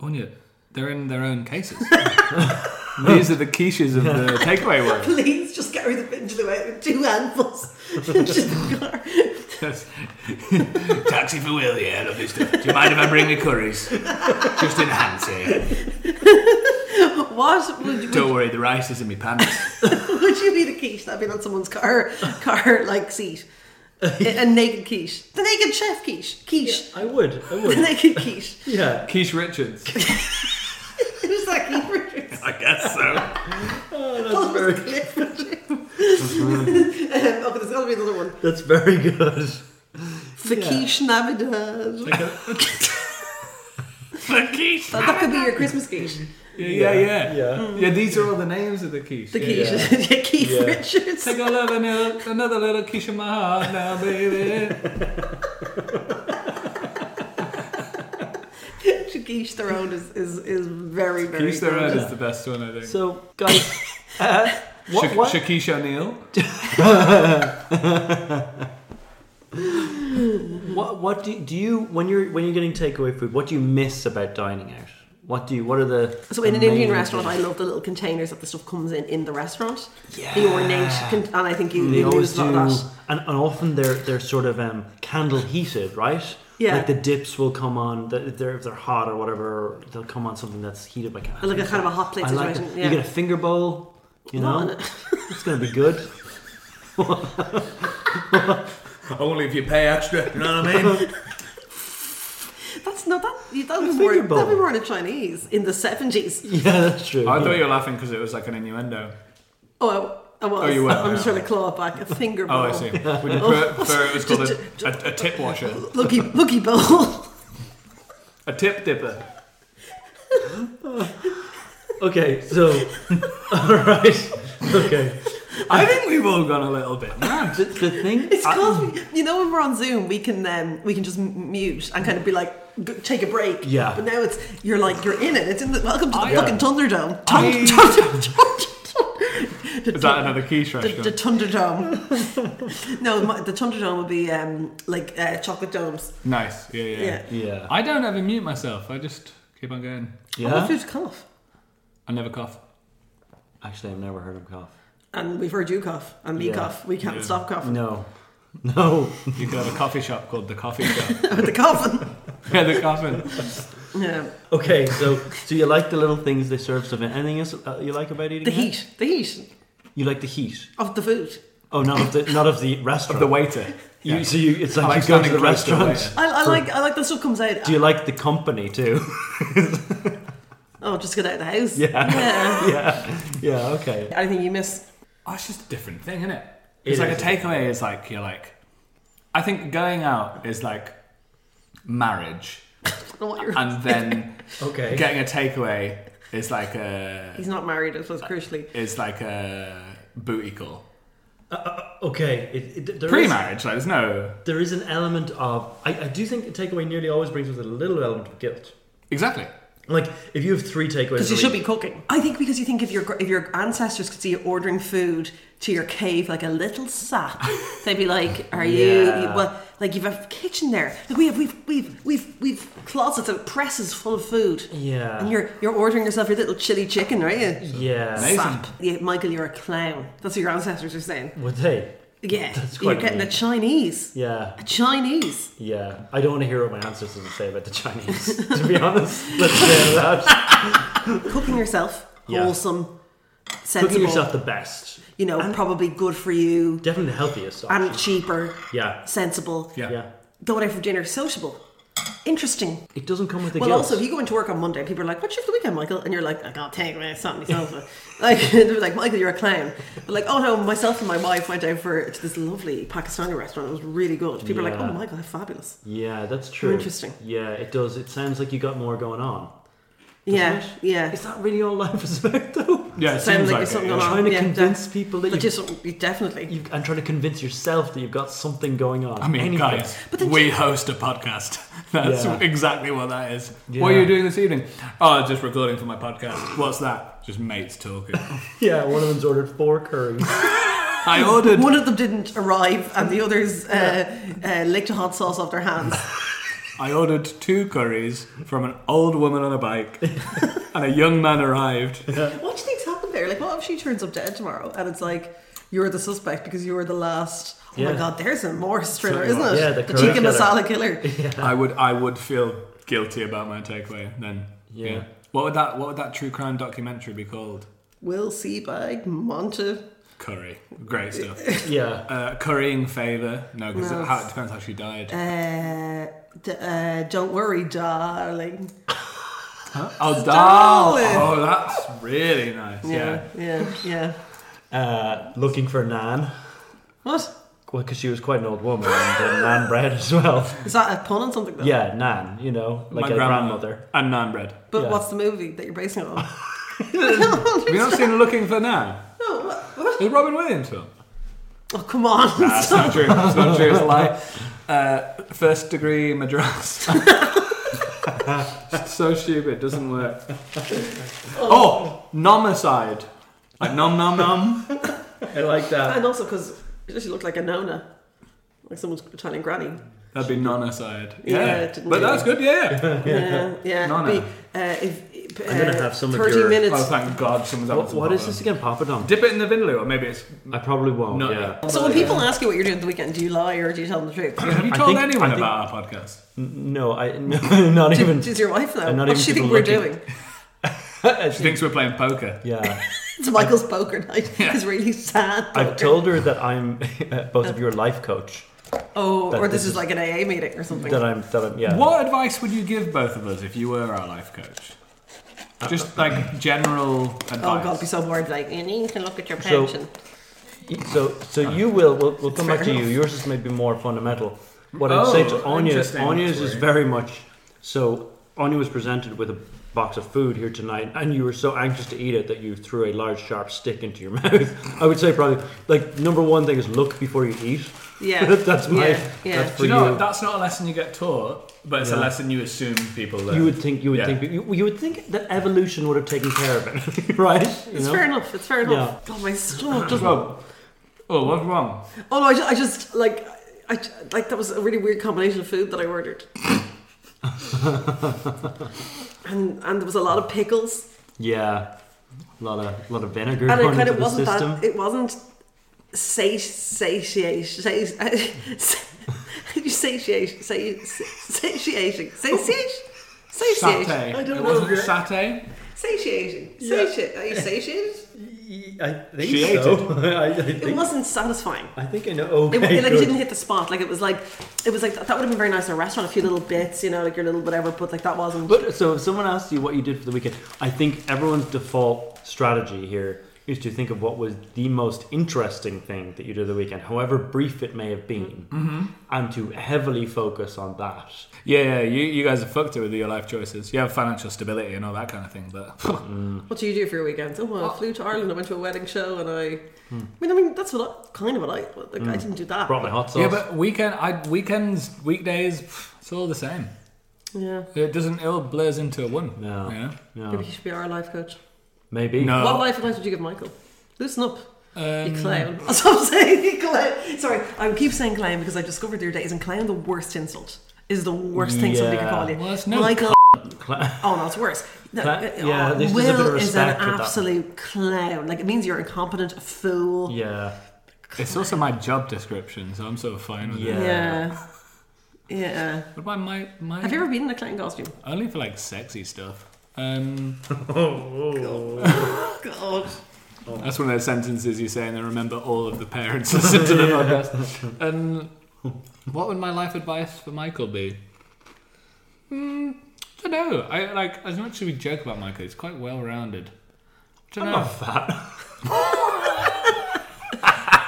Speaker 6: Anya, they're in their own cases. These are the quiches of the takeaway world.
Speaker 7: Please just carry the pendulum out with two handfuls into the car.
Speaker 6: Taxi for Will, yeah, I love this stuff. Do you mind if I bring the curries? Just enhance it.
Speaker 7: What would, would,
Speaker 6: Don't worry, the rice is in my pants.
Speaker 7: would you be the quiche that'd be on someone's car car like seat? A, a naked quiche, the naked chef quiche, quiche,
Speaker 5: I would. I
Speaker 7: the
Speaker 5: would.
Speaker 7: naked quiche.
Speaker 5: yeah.
Speaker 6: Quiche Richards.
Speaker 7: Who's that quiche? Richards?
Speaker 6: I guess so.
Speaker 7: Oh, it's Cliff Richards. um, okay, there's got to be another one.
Speaker 5: That's very good.
Speaker 7: The quiche Navidad.
Speaker 6: the quiche.
Speaker 7: That, that could be your Christmas quiche.
Speaker 6: Yeah, yeah, yeah.
Speaker 5: Yeah.
Speaker 6: Yeah, these are all the names of the quiche.
Speaker 7: The
Speaker 6: yeah,
Speaker 7: quiche,
Speaker 6: yeah.
Speaker 7: yeah. Keith
Speaker 5: Yeah.
Speaker 7: Richards.
Speaker 6: Take a little, little- another little quiche in my heart now, baby.
Speaker 7: to quiche their own is, is, is very very.
Speaker 6: Quiche their own
Speaker 7: good.
Speaker 6: is the best one, I think.
Speaker 5: So guys uh, what,
Speaker 6: Sha-
Speaker 5: what?
Speaker 6: Shaquisha O'Neal.
Speaker 5: What what do do you when you're when you're getting takeaway food? What do you miss about dining out? What do you? What are the
Speaker 7: So in an
Speaker 5: the
Speaker 7: Indian
Speaker 5: main
Speaker 7: restaurant, I
Speaker 5: things?
Speaker 7: love the little containers that the stuff comes in in the restaurant. Yeah. The ornate, con- and I think you,
Speaker 5: they
Speaker 7: you lose
Speaker 5: always do,
Speaker 7: a lot of that.
Speaker 5: and, and often they're they're sort of um, candle heated, right?
Speaker 7: Yeah.
Speaker 5: Like the dips will come on that if they're if they're hot or whatever, they'll come on something that's heated by candle.
Speaker 7: Like a kind of a hot plate
Speaker 5: I like
Speaker 7: situation,
Speaker 5: it.
Speaker 7: yeah.
Speaker 5: You get a finger bowl. You know, it's gonna be good.
Speaker 6: Only if you pay extra, you know what I mean?
Speaker 7: That's no that that was more that
Speaker 6: bowl.
Speaker 7: we were in Chinese in the seventies.
Speaker 5: Yeah, that's true.
Speaker 6: I
Speaker 5: yeah.
Speaker 6: thought you were laughing because it was like an innuendo.
Speaker 7: Oh, I, I was.
Speaker 6: Oh, you were,
Speaker 7: I'm just
Speaker 6: yeah.
Speaker 7: trying to claw it back. A finger bowl.
Speaker 6: Oh, I see. Would you
Speaker 7: Oh,
Speaker 6: prefer it was called a, a, a tip washer?
Speaker 7: looky, looky bowl.
Speaker 6: A tip dipper.
Speaker 5: Okay, so all right, okay.
Speaker 6: I think we've all gone a little bit.
Speaker 5: The, the thing
Speaker 7: It's
Speaker 5: I-
Speaker 7: because we, you know when we're on Zoom, we can um, we can just m- mute and kind of be like, g- take a break.
Speaker 5: Yeah.
Speaker 7: But now it's you're like you're in it. It's in the welcome to the
Speaker 5: I-
Speaker 7: fucking
Speaker 5: Yeah.
Speaker 7: Thunderdome. Tun-
Speaker 6: I- Is that another key trash?
Speaker 7: The, the Thunderdome. no, my, the Thunderdome would be um, like uh, chocolate domes.
Speaker 6: Nice. Yeah, yeah,
Speaker 7: Yeah.
Speaker 5: Yeah.
Speaker 6: I don't ever mute myself. I just keep on going.
Speaker 7: I want you to cough,
Speaker 6: I never cough.
Speaker 5: Actually, I've never heard him cough.
Speaker 7: and we've heard you cough, and me
Speaker 5: Yeah.
Speaker 7: cough. We can't
Speaker 6: Yeah.
Speaker 7: stop coughing.
Speaker 5: No, no.
Speaker 6: You could have a coffee shop called the Coffee Shop.
Speaker 7: With the coughing.
Speaker 6: yeah, the coffin.
Speaker 7: Yeah.
Speaker 5: Okay, so so you like the little things they serve stuff in. Anything else uh, you like about eating?
Speaker 7: The
Speaker 5: here?
Speaker 7: heat. The heat
Speaker 5: You like the heat.
Speaker 7: of the food.
Speaker 5: Oh, not of the not of the restaurant.
Speaker 6: The waiter.
Speaker 5: You,
Speaker 6: Yeah.
Speaker 5: So you, it's
Speaker 6: I
Speaker 5: like,
Speaker 6: like
Speaker 5: you go to
Speaker 6: standing
Speaker 5: the
Speaker 6: close to the
Speaker 5: restaurant.
Speaker 6: waiter.
Speaker 7: I, I
Speaker 5: for-
Speaker 7: like I like that stuff comes out.
Speaker 5: Do you like the company too?
Speaker 7: Oh, just get out of the house.
Speaker 5: Yeah.
Speaker 7: yeah.
Speaker 5: yeah. Yeah. Okay.
Speaker 7: Anything you miss?
Speaker 6: Oh, it's just a different thing, isn't it?
Speaker 5: It
Speaker 6: It's like
Speaker 5: is.
Speaker 6: a takeaway is like you're like. I think going out is like marriage,
Speaker 7: Oh, what you're-
Speaker 6: and then
Speaker 5: Okay.
Speaker 6: getting a takeaway is like a
Speaker 7: He's not married, it was crucially.
Speaker 6: is like a booty call.
Speaker 5: Uh, Okay. It, it, there is-
Speaker 6: Pre-marriage, like there's no
Speaker 5: there is an element of I, I do think the takeaway nearly always brings with it a little element of guilt.
Speaker 6: exactly.
Speaker 5: Like if you have three takeaways,
Speaker 7: Because you
Speaker 5: a
Speaker 7: should be
Speaker 5: week-
Speaker 7: cooking. I think because you think if your if your ancestors could see you ordering food to your cave like a little sap, they'd be like, "Are you,
Speaker 5: Yeah.
Speaker 7: you well? Like you've a kitchen there. Like we have we've we've we've we've closets and presses full of food.
Speaker 5: Yeah.
Speaker 7: And you're you're ordering yourself your little chili chicken, right? You?
Speaker 5: yeah.
Speaker 6: Amazing.
Speaker 7: Sap. Yeah, Michael, you're a clown. That's what your ancestors are saying.
Speaker 5: Would they?
Speaker 7: Yeah,
Speaker 5: Mm. That's
Speaker 7: you're
Speaker 5: quite
Speaker 7: getting a
Speaker 5: mean.
Speaker 7: Chinese.
Speaker 5: Yeah.
Speaker 7: A Chinese.
Speaker 5: Yeah. I don't want to hear what my ancestors would say about the Chinese. to be honest, let's say that.
Speaker 7: Cooking yourself,
Speaker 5: Yeah.
Speaker 7: wholesome, sensible.
Speaker 5: Cooking yourself the best,
Speaker 7: you know, probably good for you
Speaker 5: definitely the healthiest. Option.
Speaker 7: and cheaper,
Speaker 5: yeah.
Speaker 7: sensible.
Speaker 6: Yeah.
Speaker 5: Yeah.
Speaker 7: Going out for dinner, sociable, interesting.
Speaker 5: It doesn't come with the
Speaker 7: well,
Speaker 5: guilt.
Speaker 7: also, if you go into work on Monday, people are like, "What's your for the weekend, Michael?" And you're like, "I can't take my sat on my sofa." like, they're like, "Michael, you're a clown." But like, oh no, myself and my wife went out for to this lovely Pakistani restaurant. It was really good. People are like,
Speaker 5: Yeah.
Speaker 7: "Oh, Michael, how fabulous!"
Speaker 5: yeah, that's true.
Speaker 7: Interesting.
Speaker 5: Yeah, it does. It sounds like you got more going on.
Speaker 7: Yeah,
Speaker 5: it?
Speaker 7: yeah.
Speaker 5: Is that really all life is about, though?
Speaker 6: Yeah, it
Speaker 7: Sound
Speaker 6: seems
Speaker 7: like
Speaker 6: like,
Speaker 7: there's
Speaker 6: it.
Speaker 7: something
Speaker 6: yeah.
Speaker 7: going on.
Speaker 5: Trying to
Speaker 7: Yeah,
Speaker 5: convince
Speaker 7: def-
Speaker 5: people that
Speaker 7: But
Speaker 5: you've-
Speaker 7: just something- definitely.
Speaker 5: You, and trying to convince yourself that you've got something going on.
Speaker 6: I mean,
Speaker 5: Anything.
Speaker 6: guys,
Speaker 7: then
Speaker 6: we host a podcast. That's
Speaker 5: Yeah.
Speaker 6: exactly what that is.
Speaker 5: Yeah.
Speaker 6: What are you doing this evening? Oh, just recording for my podcast. What's that? Just mates talking.
Speaker 5: Yeah, one of them's ordered four curries.
Speaker 6: I ordered.
Speaker 7: One of them didn't arrive, and the others uh, uh, licked a hot sauce off their hands.
Speaker 6: I ordered two curries from an old woman on a bike, and a young man arrived.
Speaker 7: What do you think's happened there? Like, what if she turns up dead tomorrow and it's like you're the suspect because you were the last? Oh my
Speaker 5: Yeah.
Speaker 7: god, there's a Morris thriller,
Speaker 6: Certainly
Speaker 7: isn't it?
Speaker 5: was. Yeah, the
Speaker 7: the
Speaker 5: correct
Speaker 7: chicken
Speaker 5: killer.
Speaker 7: masala killer.
Speaker 6: I would. I would feel guilty about my takeaway then.
Speaker 5: Yeah.
Speaker 6: What would that? What would that true crime documentary be called?
Speaker 7: Will Seabag, Monta.
Speaker 6: Curry. Great stuff.
Speaker 5: yeah.
Speaker 6: Uh, currying favour. No, because
Speaker 7: No,
Speaker 6: it,
Speaker 7: it's-
Speaker 6: how- it depends how she died.
Speaker 7: Uh, d- uh, don't worry, darling.
Speaker 6: oh, doll.
Speaker 7: Darling.
Speaker 6: Oh, that's really nice.
Speaker 7: Yeah,
Speaker 6: Yeah.
Speaker 7: yeah, yeah.
Speaker 5: Uh, looking for Nan.
Speaker 7: What?
Speaker 5: Well, because she was quite an old woman and uh, Nan bread as well.
Speaker 7: Is that a pun on something? Though?
Speaker 5: Yeah, Nan, you know, like a
Speaker 6: grandma
Speaker 5: grandmother.
Speaker 6: and naan bread.
Speaker 7: But
Speaker 5: yeah.
Speaker 7: what's the movie that you're basing it on?
Speaker 6: Have you not seen Looking for Now?
Speaker 7: no, what, what?
Speaker 6: The Robin Williams film.
Speaker 7: Oh, come on.
Speaker 6: That's not true. It's not true. It's a lie. Uh, first degree madras. so stupid. Doesn't work. Oh, nomicide. Like nom nom nom. I like that.
Speaker 7: and also because she looked like a Nona, like someone's Italian granny.
Speaker 6: That'd be nonicide.
Speaker 7: Yeah,
Speaker 6: Yeah.
Speaker 7: it didn't
Speaker 6: but
Speaker 7: do
Speaker 6: that's good. Yeah.
Speaker 7: Yeah, yeah.
Speaker 6: Nonna.
Speaker 7: Be, uh, if, uh,
Speaker 5: I'm gonna have some of
Speaker 7: Thirty
Speaker 5: your-
Speaker 7: minutes.
Speaker 6: oh, thank God someone's out.
Speaker 5: What, what is this again? Papa Dom?
Speaker 6: Dip it in the vindaloo, or maybe it's.
Speaker 5: I probably won't.
Speaker 6: No.
Speaker 5: yeah.
Speaker 7: So when people ask you what you're doing the weekend, do you lie or do you tell them the truth?
Speaker 6: Have you
Speaker 5: I
Speaker 6: told
Speaker 5: think-
Speaker 6: anyone
Speaker 5: I think-
Speaker 6: about our podcast?
Speaker 5: No, I no, not even.
Speaker 7: Does your wife know?
Speaker 5: I'm not
Speaker 7: What
Speaker 5: even
Speaker 7: does she think
Speaker 5: people
Speaker 7: we're
Speaker 5: looking.
Speaker 7: doing?
Speaker 6: She thinks we're playing poker.
Speaker 5: Yeah.
Speaker 7: It's Michael's poker night. He's really sad.
Speaker 5: I've told her that I'm uh, both of you are life coach.
Speaker 7: Oh,
Speaker 5: that
Speaker 7: or this, is, like an AA meeting or something.
Speaker 5: that I'm that I'm yeah.
Speaker 6: What advice would you give both of us if you were our life coach? Just like general advice.
Speaker 7: Oh God, be so worried. Like you need to look at your
Speaker 5: So-
Speaker 7: pension.
Speaker 5: So so you will we'll, we'll come
Speaker 7: Fair
Speaker 5: back to you.
Speaker 7: enough.
Speaker 5: Yours is maybe more fundamental. What I'd say to
Speaker 12: Oh,
Speaker 5: Anya,
Speaker 12: interesting
Speaker 5: Anya's is
Speaker 12: story.
Speaker 5: very much so. Anya was presented with a box of food here tonight, and you were so anxious to eat it that you threw a large sharp stick into your mouth. I would say probably like number one thing is look before you eat. that's my that's for
Speaker 6: Do you know
Speaker 5: you.
Speaker 6: what? that's not a lesson you get taught, but it's a
Speaker 5: Yeah.
Speaker 6: lesson you assume people learn.
Speaker 5: You would think you would
Speaker 6: Yeah.
Speaker 5: think you, you would think that evolution would have taken care of it, right? You
Speaker 7: It's
Speaker 5: know?
Speaker 7: fair enough. It's fair enough. God, my stomach doesn't.
Speaker 5: Well,
Speaker 6: Oh, what's wrong?
Speaker 7: Oh no, I just, I just like, I j- like that was a really weird combination of food that I ordered, and and there was a lot of pickles,
Speaker 5: Yeah, a lot of lot of vinegar.
Speaker 7: and it
Speaker 5: going
Speaker 7: kind
Speaker 5: into
Speaker 7: of
Speaker 5: the
Speaker 7: wasn't
Speaker 5: system.
Speaker 7: that. It wasn't sati- satiate, sati- you satiate, satiate, satiating, satiate, satiate.
Speaker 6: Satay.
Speaker 7: I
Speaker 6: It
Speaker 7: don't
Speaker 6: wasn't
Speaker 7: know.
Speaker 6: satay.
Speaker 7: Satiating,
Speaker 5: Yeah.
Speaker 7: satiate. Are you satiated?
Speaker 5: I think
Speaker 6: She ate
Speaker 5: so. I, I
Speaker 7: It
Speaker 5: think,
Speaker 7: wasn't satisfying.
Speaker 5: I think I know.
Speaker 7: It,
Speaker 5: Okay,
Speaker 7: it, like it
Speaker 5: good.
Speaker 7: didn't hit the spot. Like it was like it was like that would have been very nice in a restaurant. A few little bits, you know, like your little whatever. But like that wasn't.
Speaker 5: But so if someone asks you what you did for the weekend, I think everyone's default strategy here is to think of what was the most interesting thing that you did the weekend, however brief it may have been,
Speaker 6: Mhm.
Speaker 5: and to heavily focus on that.
Speaker 6: Yeah, yeah, you, you guys have fucked it with your life choices. You have financial stability and all that kind of thing, but
Speaker 7: what do you do for your weekends? Oh, well, I flew to Ireland. I went to a wedding show, and I. Hmm.
Speaker 6: Hmm.
Speaker 7: I mean, I mean, that's what I, kind of what I like. I
Speaker 6: Mm.
Speaker 7: didn't do that. but-
Speaker 6: Yeah, but weekend, I, weekends, weekdays, pff, it's all the same.
Speaker 7: yeah.
Speaker 6: It doesn't. It all blurs into one. No.
Speaker 5: Um,
Speaker 7: Maybe you should be our life coach.
Speaker 5: Maybe.
Speaker 6: No.
Speaker 7: What life advice would you give Michael? Loosen up.
Speaker 6: Um,
Speaker 7: you clown. That's what I'm saying. You clown. Sorry, I keep saying clown because I discovered the other day isn't clown the worst insult? Is the worst thing somebody can
Speaker 5: Yeah.
Speaker 7: call you.
Speaker 5: Well, it's no
Speaker 7: Michael.
Speaker 5: Clown.
Speaker 7: Oh no, it's worse. No,
Speaker 5: Cla-
Speaker 7: uh,
Speaker 5: yeah,
Speaker 7: oh,
Speaker 5: there's just a bit of
Speaker 7: Will is an
Speaker 5: respect with that.
Speaker 7: absolute clown. Like it means you're incompetent, a fool.
Speaker 5: Yeah.
Speaker 6: It's also my job description, so I'm sort of fine with it.
Speaker 7: Yeah. Yeah.
Speaker 6: What about my, my
Speaker 7: Have you ever been in a clown costume?
Speaker 6: Only for like sexy stuff. Um,
Speaker 5: Oh,
Speaker 7: God.
Speaker 6: That's one of those sentences you say and then remember all of the parents listen to the podcast. Um, what would my life advice for Michael be? Hmm, I don't know. I like as much as we joke about Michael, he's quite well rounded. Don't
Speaker 7: I'm
Speaker 6: know.
Speaker 5: Oh.
Speaker 7: not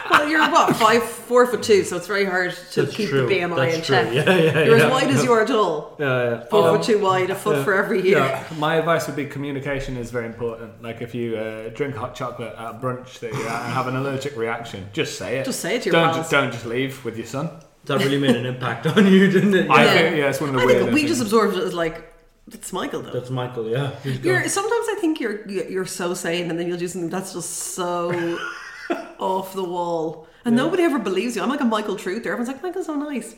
Speaker 7: Well, you're what five, four foot two, so it's very hard to
Speaker 5: That's
Speaker 7: keep
Speaker 5: true.
Speaker 7: the BMI in
Speaker 5: That's true.
Speaker 7: check.
Speaker 5: Yeah, yeah,
Speaker 7: you're
Speaker 5: yeah.
Speaker 7: as wide as you are tall.
Speaker 5: Yeah, yeah.
Speaker 7: Four
Speaker 6: Um,
Speaker 7: foot two wide, a foot
Speaker 6: yeah.
Speaker 7: for every year.
Speaker 6: Yeah, my advice would be communication is very important. Like if you uh, drink hot chocolate at a brunch that you're at and have an allergic reaction, just say it.
Speaker 7: Just say it to your
Speaker 6: don't
Speaker 7: pals.
Speaker 6: Just, don't just leave with your son.
Speaker 5: That really made an impact on you, didn't it?
Speaker 6: I think yeah, it's one of the
Speaker 7: I
Speaker 6: weird.
Speaker 7: think we just absorbed it as like it's Michael though.
Speaker 5: That's Michael, yeah.
Speaker 7: You're sometimes I think you're you're so sane, and then you'll do something that's just so off the wall, and nobody ever believes you. I'm like a Michael Truther. Everyone's like Michael's so nice.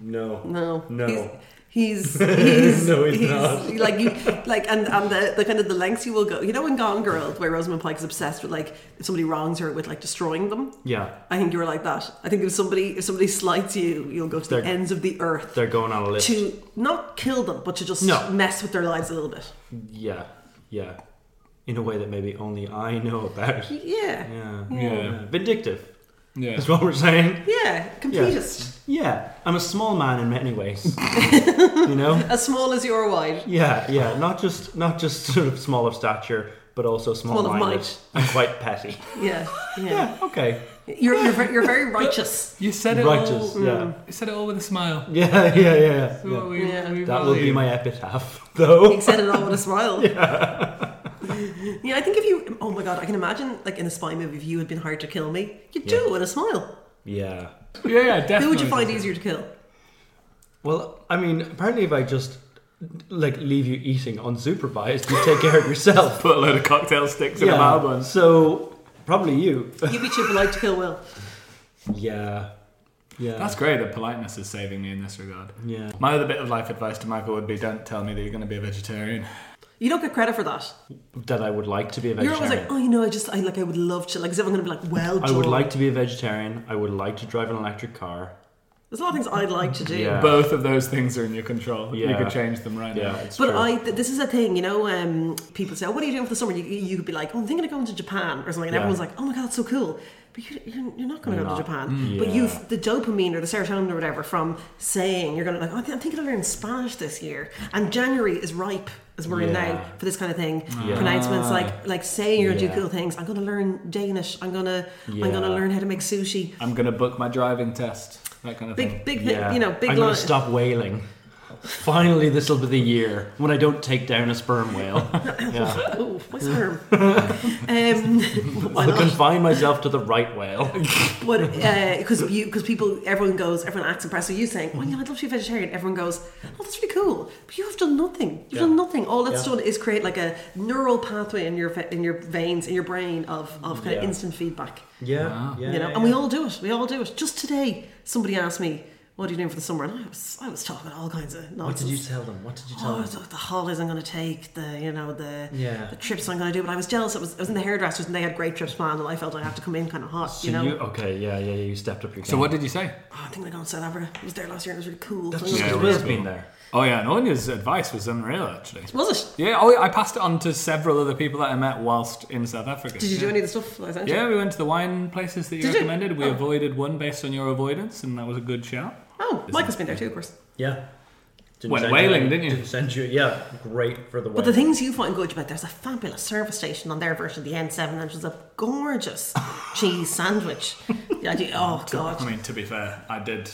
Speaker 5: No.
Speaker 7: No,
Speaker 5: No.
Speaker 7: He's he's,
Speaker 5: No, he's not.
Speaker 7: like you like and and the, the kind of the lengths you will go. You know, in Gone Girl, where Rosamund Pike is obsessed with like if somebody wrongs her with like destroying them.
Speaker 5: yeah.
Speaker 7: I think you were like that. I think if somebody if somebody slights you, you'll go to the
Speaker 5: They're-
Speaker 7: ends of the earth
Speaker 5: They're going on a list.
Speaker 7: to not kill them, but to just
Speaker 5: No.
Speaker 7: mess with their lives a little bit.
Speaker 5: Yeah, yeah. In a way that maybe only I know about.
Speaker 7: Yeah.
Speaker 5: Yeah.
Speaker 7: Yeah.
Speaker 5: Vindictive.
Speaker 6: Yeah.
Speaker 5: That's what we're saying.
Speaker 7: Yeah, completist.
Speaker 5: Yeah. yeah. I'm a small man in many ways. you know?
Speaker 7: As small as you are wide.
Speaker 5: Yeah, yeah. Not just not just sort of small of stature, but also small,
Speaker 7: Small of
Speaker 5: minded
Speaker 7: might.
Speaker 5: and quite petty.
Speaker 7: Yeah, yeah.
Speaker 5: Okay.
Speaker 7: You're, you're, ver- you're very righteous.
Speaker 6: You said it
Speaker 5: Righteous,
Speaker 6: all.
Speaker 5: yeah.
Speaker 6: You said it all with a smile.
Speaker 5: Yeah, yeah, yeah, yeah.
Speaker 6: So we-
Speaker 7: Yeah.
Speaker 6: we
Speaker 5: That will be
Speaker 6: value-
Speaker 5: my epitaph, though.
Speaker 7: He said it all with a smile. Yeah, I think if you, oh my god, I can imagine like in a spy movie, if you had been hired to kill me, you'd do it with a smile.
Speaker 5: Yeah.
Speaker 6: Yeah, yeah,
Speaker 7: Who would you find e- easier to kill?
Speaker 5: Well, I mean, apparently, if I just like leave you eating unsupervised, you take care of yourself.
Speaker 6: Put a load of cocktail sticks in a bar bun.
Speaker 5: So probably you.
Speaker 7: You'd be too polite to kill Will.
Speaker 5: yeah, yeah.
Speaker 6: That's great that politeness is saving me in this regard.
Speaker 5: Yeah.
Speaker 6: My other bit of life advice to Michael would be don't tell me that you're going to be a vegetarian.
Speaker 7: You don't get credit for that.
Speaker 5: That I would like to be a
Speaker 7: You're always
Speaker 5: vegetarian.
Speaker 7: like, oh, you know, I just, I like, I would love to, like, as if I'm going to be like, well,
Speaker 5: I would
Speaker 7: done.
Speaker 5: like to be a vegetarian. I would like to drive an electric car.
Speaker 7: There's a lot of things I'd like to do.
Speaker 6: Both of those things are in your control. You
Speaker 13: Yeah.
Speaker 6: could change them right
Speaker 13: Yeah,
Speaker 6: now.
Speaker 13: it's
Speaker 7: but I, th- this is a thing, you know. Um, people say, oh, "What are you doing for the summer?" You, you could be like, "Oh, I'm thinking of going to Japan or something," and
Speaker 6: Yeah.
Speaker 7: everyone's like, "Oh my god, that's so cool!" But you, you're, you're not going to
Speaker 6: You're
Speaker 7: go to
Speaker 6: not.
Speaker 7: Japan.
Speaker 6: Mm.
Speaker 7: But
Speaker 6: Yeah.
Speaker 7: you've the dopamine or the serotonin or whatever from saying you're going to like, oh, I thi- I'm thinking of learning Spanish this year, and January is ripe as we're in
Speaker 14: Yeah.
Speaker 7: now for this kind of thing.
Speaker 14: Yeah.
Speaker 7: Pronouncements like like saying you're going to
Speaker 6: Yeah.
Speaker 7: do cool things. I'm going to learn Danish. I'm going to I'm going to
Speaker 6: Yeah.
Speaker 7: learn how to make sushi.
Speaker 6: I'm gonna book my driving test. That kind of thing.
Speaker 7: Big- big thing, Yeah. you know, big
Speaker 5: I'm gonna
Speaker 7: line-
Speaker 5: stop wailing. Finally, this will be the year when I don't take down a sperm whale. Yeah.
Speaker 7: oh, my sperm. um, why
Speaker 5: I'll
Speaker 7: not?
Speaker 5: confine myself to the right whale.
Speaker 7: But because you because people everyone goes everyone acts impressed with you saying oh yeah I'd love to be vegetarian everyone goes oh that's really cool but you have done nothing you've
Speaker 14: Yeah.
Speaker 7: done nothing all that's
Speaker 14: Yeah.
Speaker 7: done is create like a neural pathway in your ve- in your veins in your brain of of kind
Speaker 14: Yeah.
Speaker 7: of instant feedback
Speaker 5: Yeah, Wow. yeah,
Speaker 7: you know
Speaker 5: yeah,
Speaker 7: and we
Speaker 5: yeah.
Speaker 7: all do it we all do it just today somebody asked me what are you doing for the summer and I was I was talking all kinds of nonsense
Speaker 5: What did you tell them? What did you tell
Speaker 7: oh,
Speaker 5: them?
Speaker 7: the, the holidays I'm going to take, the you know the
Speaker 5: Yeah.
Speaker 7: the trips I'm going to do. But I was jealous. It was, it was in the hairdressers, and they had great trips planned, and I felt I have to come in kind of hot.
Speaker 5: So
Speaker 7: you know.
Speaker 5: okay, yeah, yeah, yeah, you stepped up your game.
Speaker 6: So what did you say?
Speaker 7: Oh, I think they're going to South Africa. I was there last year. and It was really cool.
Speaker 5: That's
Speaker 7: So I'm
Speaker 5: just
Speaker 7: gonna-
Speaker 5: Will's been there.
Speaker 6: Oh yeah, and Anya's advice was unreal actually.
Speaker 7: Was
Speaker 6: it? Yeah, oh, yeah, I passed it on to several other people that I met whilst in South Africa.
Speaker 7: Did you do
Speaker 6: Yeah.
Speaker 7: any of the stuff? that I sent you?
Speaker 6: Yeah, we went to the wine places that you
Speaker 7: Did you?
Speaker 6: recommended. We
Speaker 7: Oh.
Speaker 6: avoided one based on your avoidance, and that was a good shout.
Speaker 7: Oh, Michael's been there too, of course.
Speaker 5: Yeah. Didn't
Speaker 6: Went
Speaker 5: send
Speaker 6: whaling,
Speaker 5: any-
Speaker 6: didn't you?
Speaker 5: Didn't send you. Yeah, great for the.
Speaker 7: But the things you find good about there's a fabulous service station on their version of the N7, which is a gorgeous cheese sandwich. Yeah, you, oh
Speaker 6: To-
Speaker 7: god.
Speaker 6: I mean, to be fair, I did,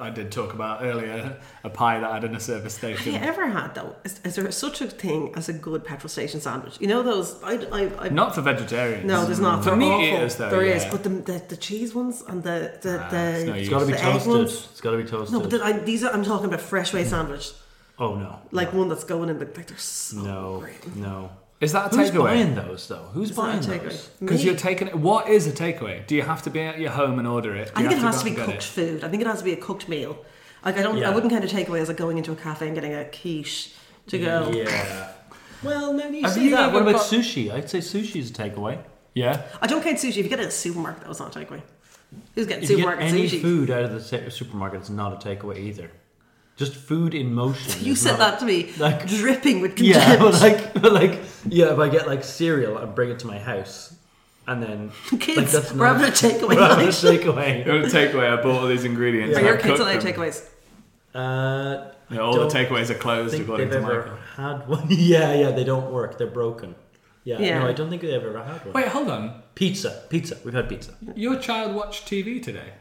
Speaker 6: I did talk about earlier a pie that I had in a service
Speaker 7: Have
Speaker 6: station.
Speaker 7: you ever had though? Is, is there such a thing as a good petrol station sandwich? You know those. I, I, I
Speaker 6: Not for vegetarians.
Speaker 7: No, there's not.
Speaker 6: For
Speaker 7: They're
Speaker 6: meat
Speaker 7: awful.
Speaker 6: eaters, though,
Speaker 7: There is,
Speaker 6: yeah.
Speaker 7: but the, the the cheese ones and the the,
Speaker 5: Ah,
Speaker 7: the
Speaker 5: it's no It's gotta be
Speaker 7: the egg
Speaker 5: toasted.
Speaker 7: ones.
Speaker 5: It's gotta be toasted.
Speaker 7: No, but the, I, these are, I'm talking about fresh way sandwich,
Speaker 5: Oh no.
Speaker 7: like one that's going in the like. They're so
Speaker 5: No. No.
Speaker 6: Is that a
Speaker 5: Who's
Speaker 6: takeaway?
Speaker 5: buying those though? Who's
Speaker 7: Is that a
Speaker 5: buying
Speaker 7: takeaway?
Speaker 5: those?
Speaker 6: Because
Speaker 7: Me?
Speaker 6: you're taking it. What is a takeaway? Do you have to be at your home and order it? Do
Speaker 7: I
Speaker 6: you
Speaker 7: think it
Speaker 6: have
Speaker 7: has
Speaker 6: go
Speaker 7: to be
Speaker 6: and get
Speaker 7: cooked
Speaker 6: it?
Speaker 7: food. I think it has to be a cooked meal. Like I don't,
Speaker 6: Yeah.
Speaker 7: I wouldn't kind of take away as like going into a cafe and getting a quiche to go.
Speaker 5: Yeah.
Speaker 7: Well, no, you
Speaker 5: Have
Speaker 7: see
Speaker 5: you
Speaker 7: that.
Speaker 5: ever what about
Speaker 7: got-
Speaker 5: sushi? I'd say sushi's a takeaway.
Speaker 6: Yeah.
Speaker 7: I don't count sushi. If you get it at a supermarket, that was not a takeaway. Who's getting
Speaker 5: If you get
Speaker 7: supermarket
Speaker 5: any
Speaker 7: sushi?
Speaker 5: food out of the sa- supermarket, it's not a takeaway either. Just food in motion.
Speaker 7: You
Speaker 5: is
Speaker 7: said
Speaker 5: not-
Speaker 7: that to me,
Speaker 5: Like-
Speaker 7: dripping with contempt.
Speaker 5: Yeah, but like, but like, yeah. If I get like cereal and bring it to my house, and then
Speaker 7: Kids,
Speaker 5: like, that's
Speaker 7: we're
Speaker 5: not-
Speaker 7: having a takeaway
Speaker 5: we're having a
Speaker 7: night.
Speaker 5: takeaway.
Speaker 6: You're having a takeaway. I bought all these ingredients.
Speaker 7: Are
Speaker 6: and
Speaker 7: your
Speaker 6: I've
Speaker 7: kids
Speaker 6: cooked
Speaker 7: allowed
Speaker 6: them.
Speaker 7: takeaways?
Speaker 5: Uh, I
Speaker 6: Yeah, all the
Speaker 5: don't
Speaker 6: takeaways are closed,
Speaker 5: Think
Speaker 6: according
Speaker 5: they've
Speaker 6: to
Speaker 5: ever had one? yeah, yeah. They don't work. They're broken. Yeah,
Speaker 6: Yeah.
Speaker 5: No, I don't think they've ever had one.
Speaker 6: Wait, hold on.
Speaker 5: Pizza, pizza. We've had pizza.
Speaker 6: Your child watched TV today.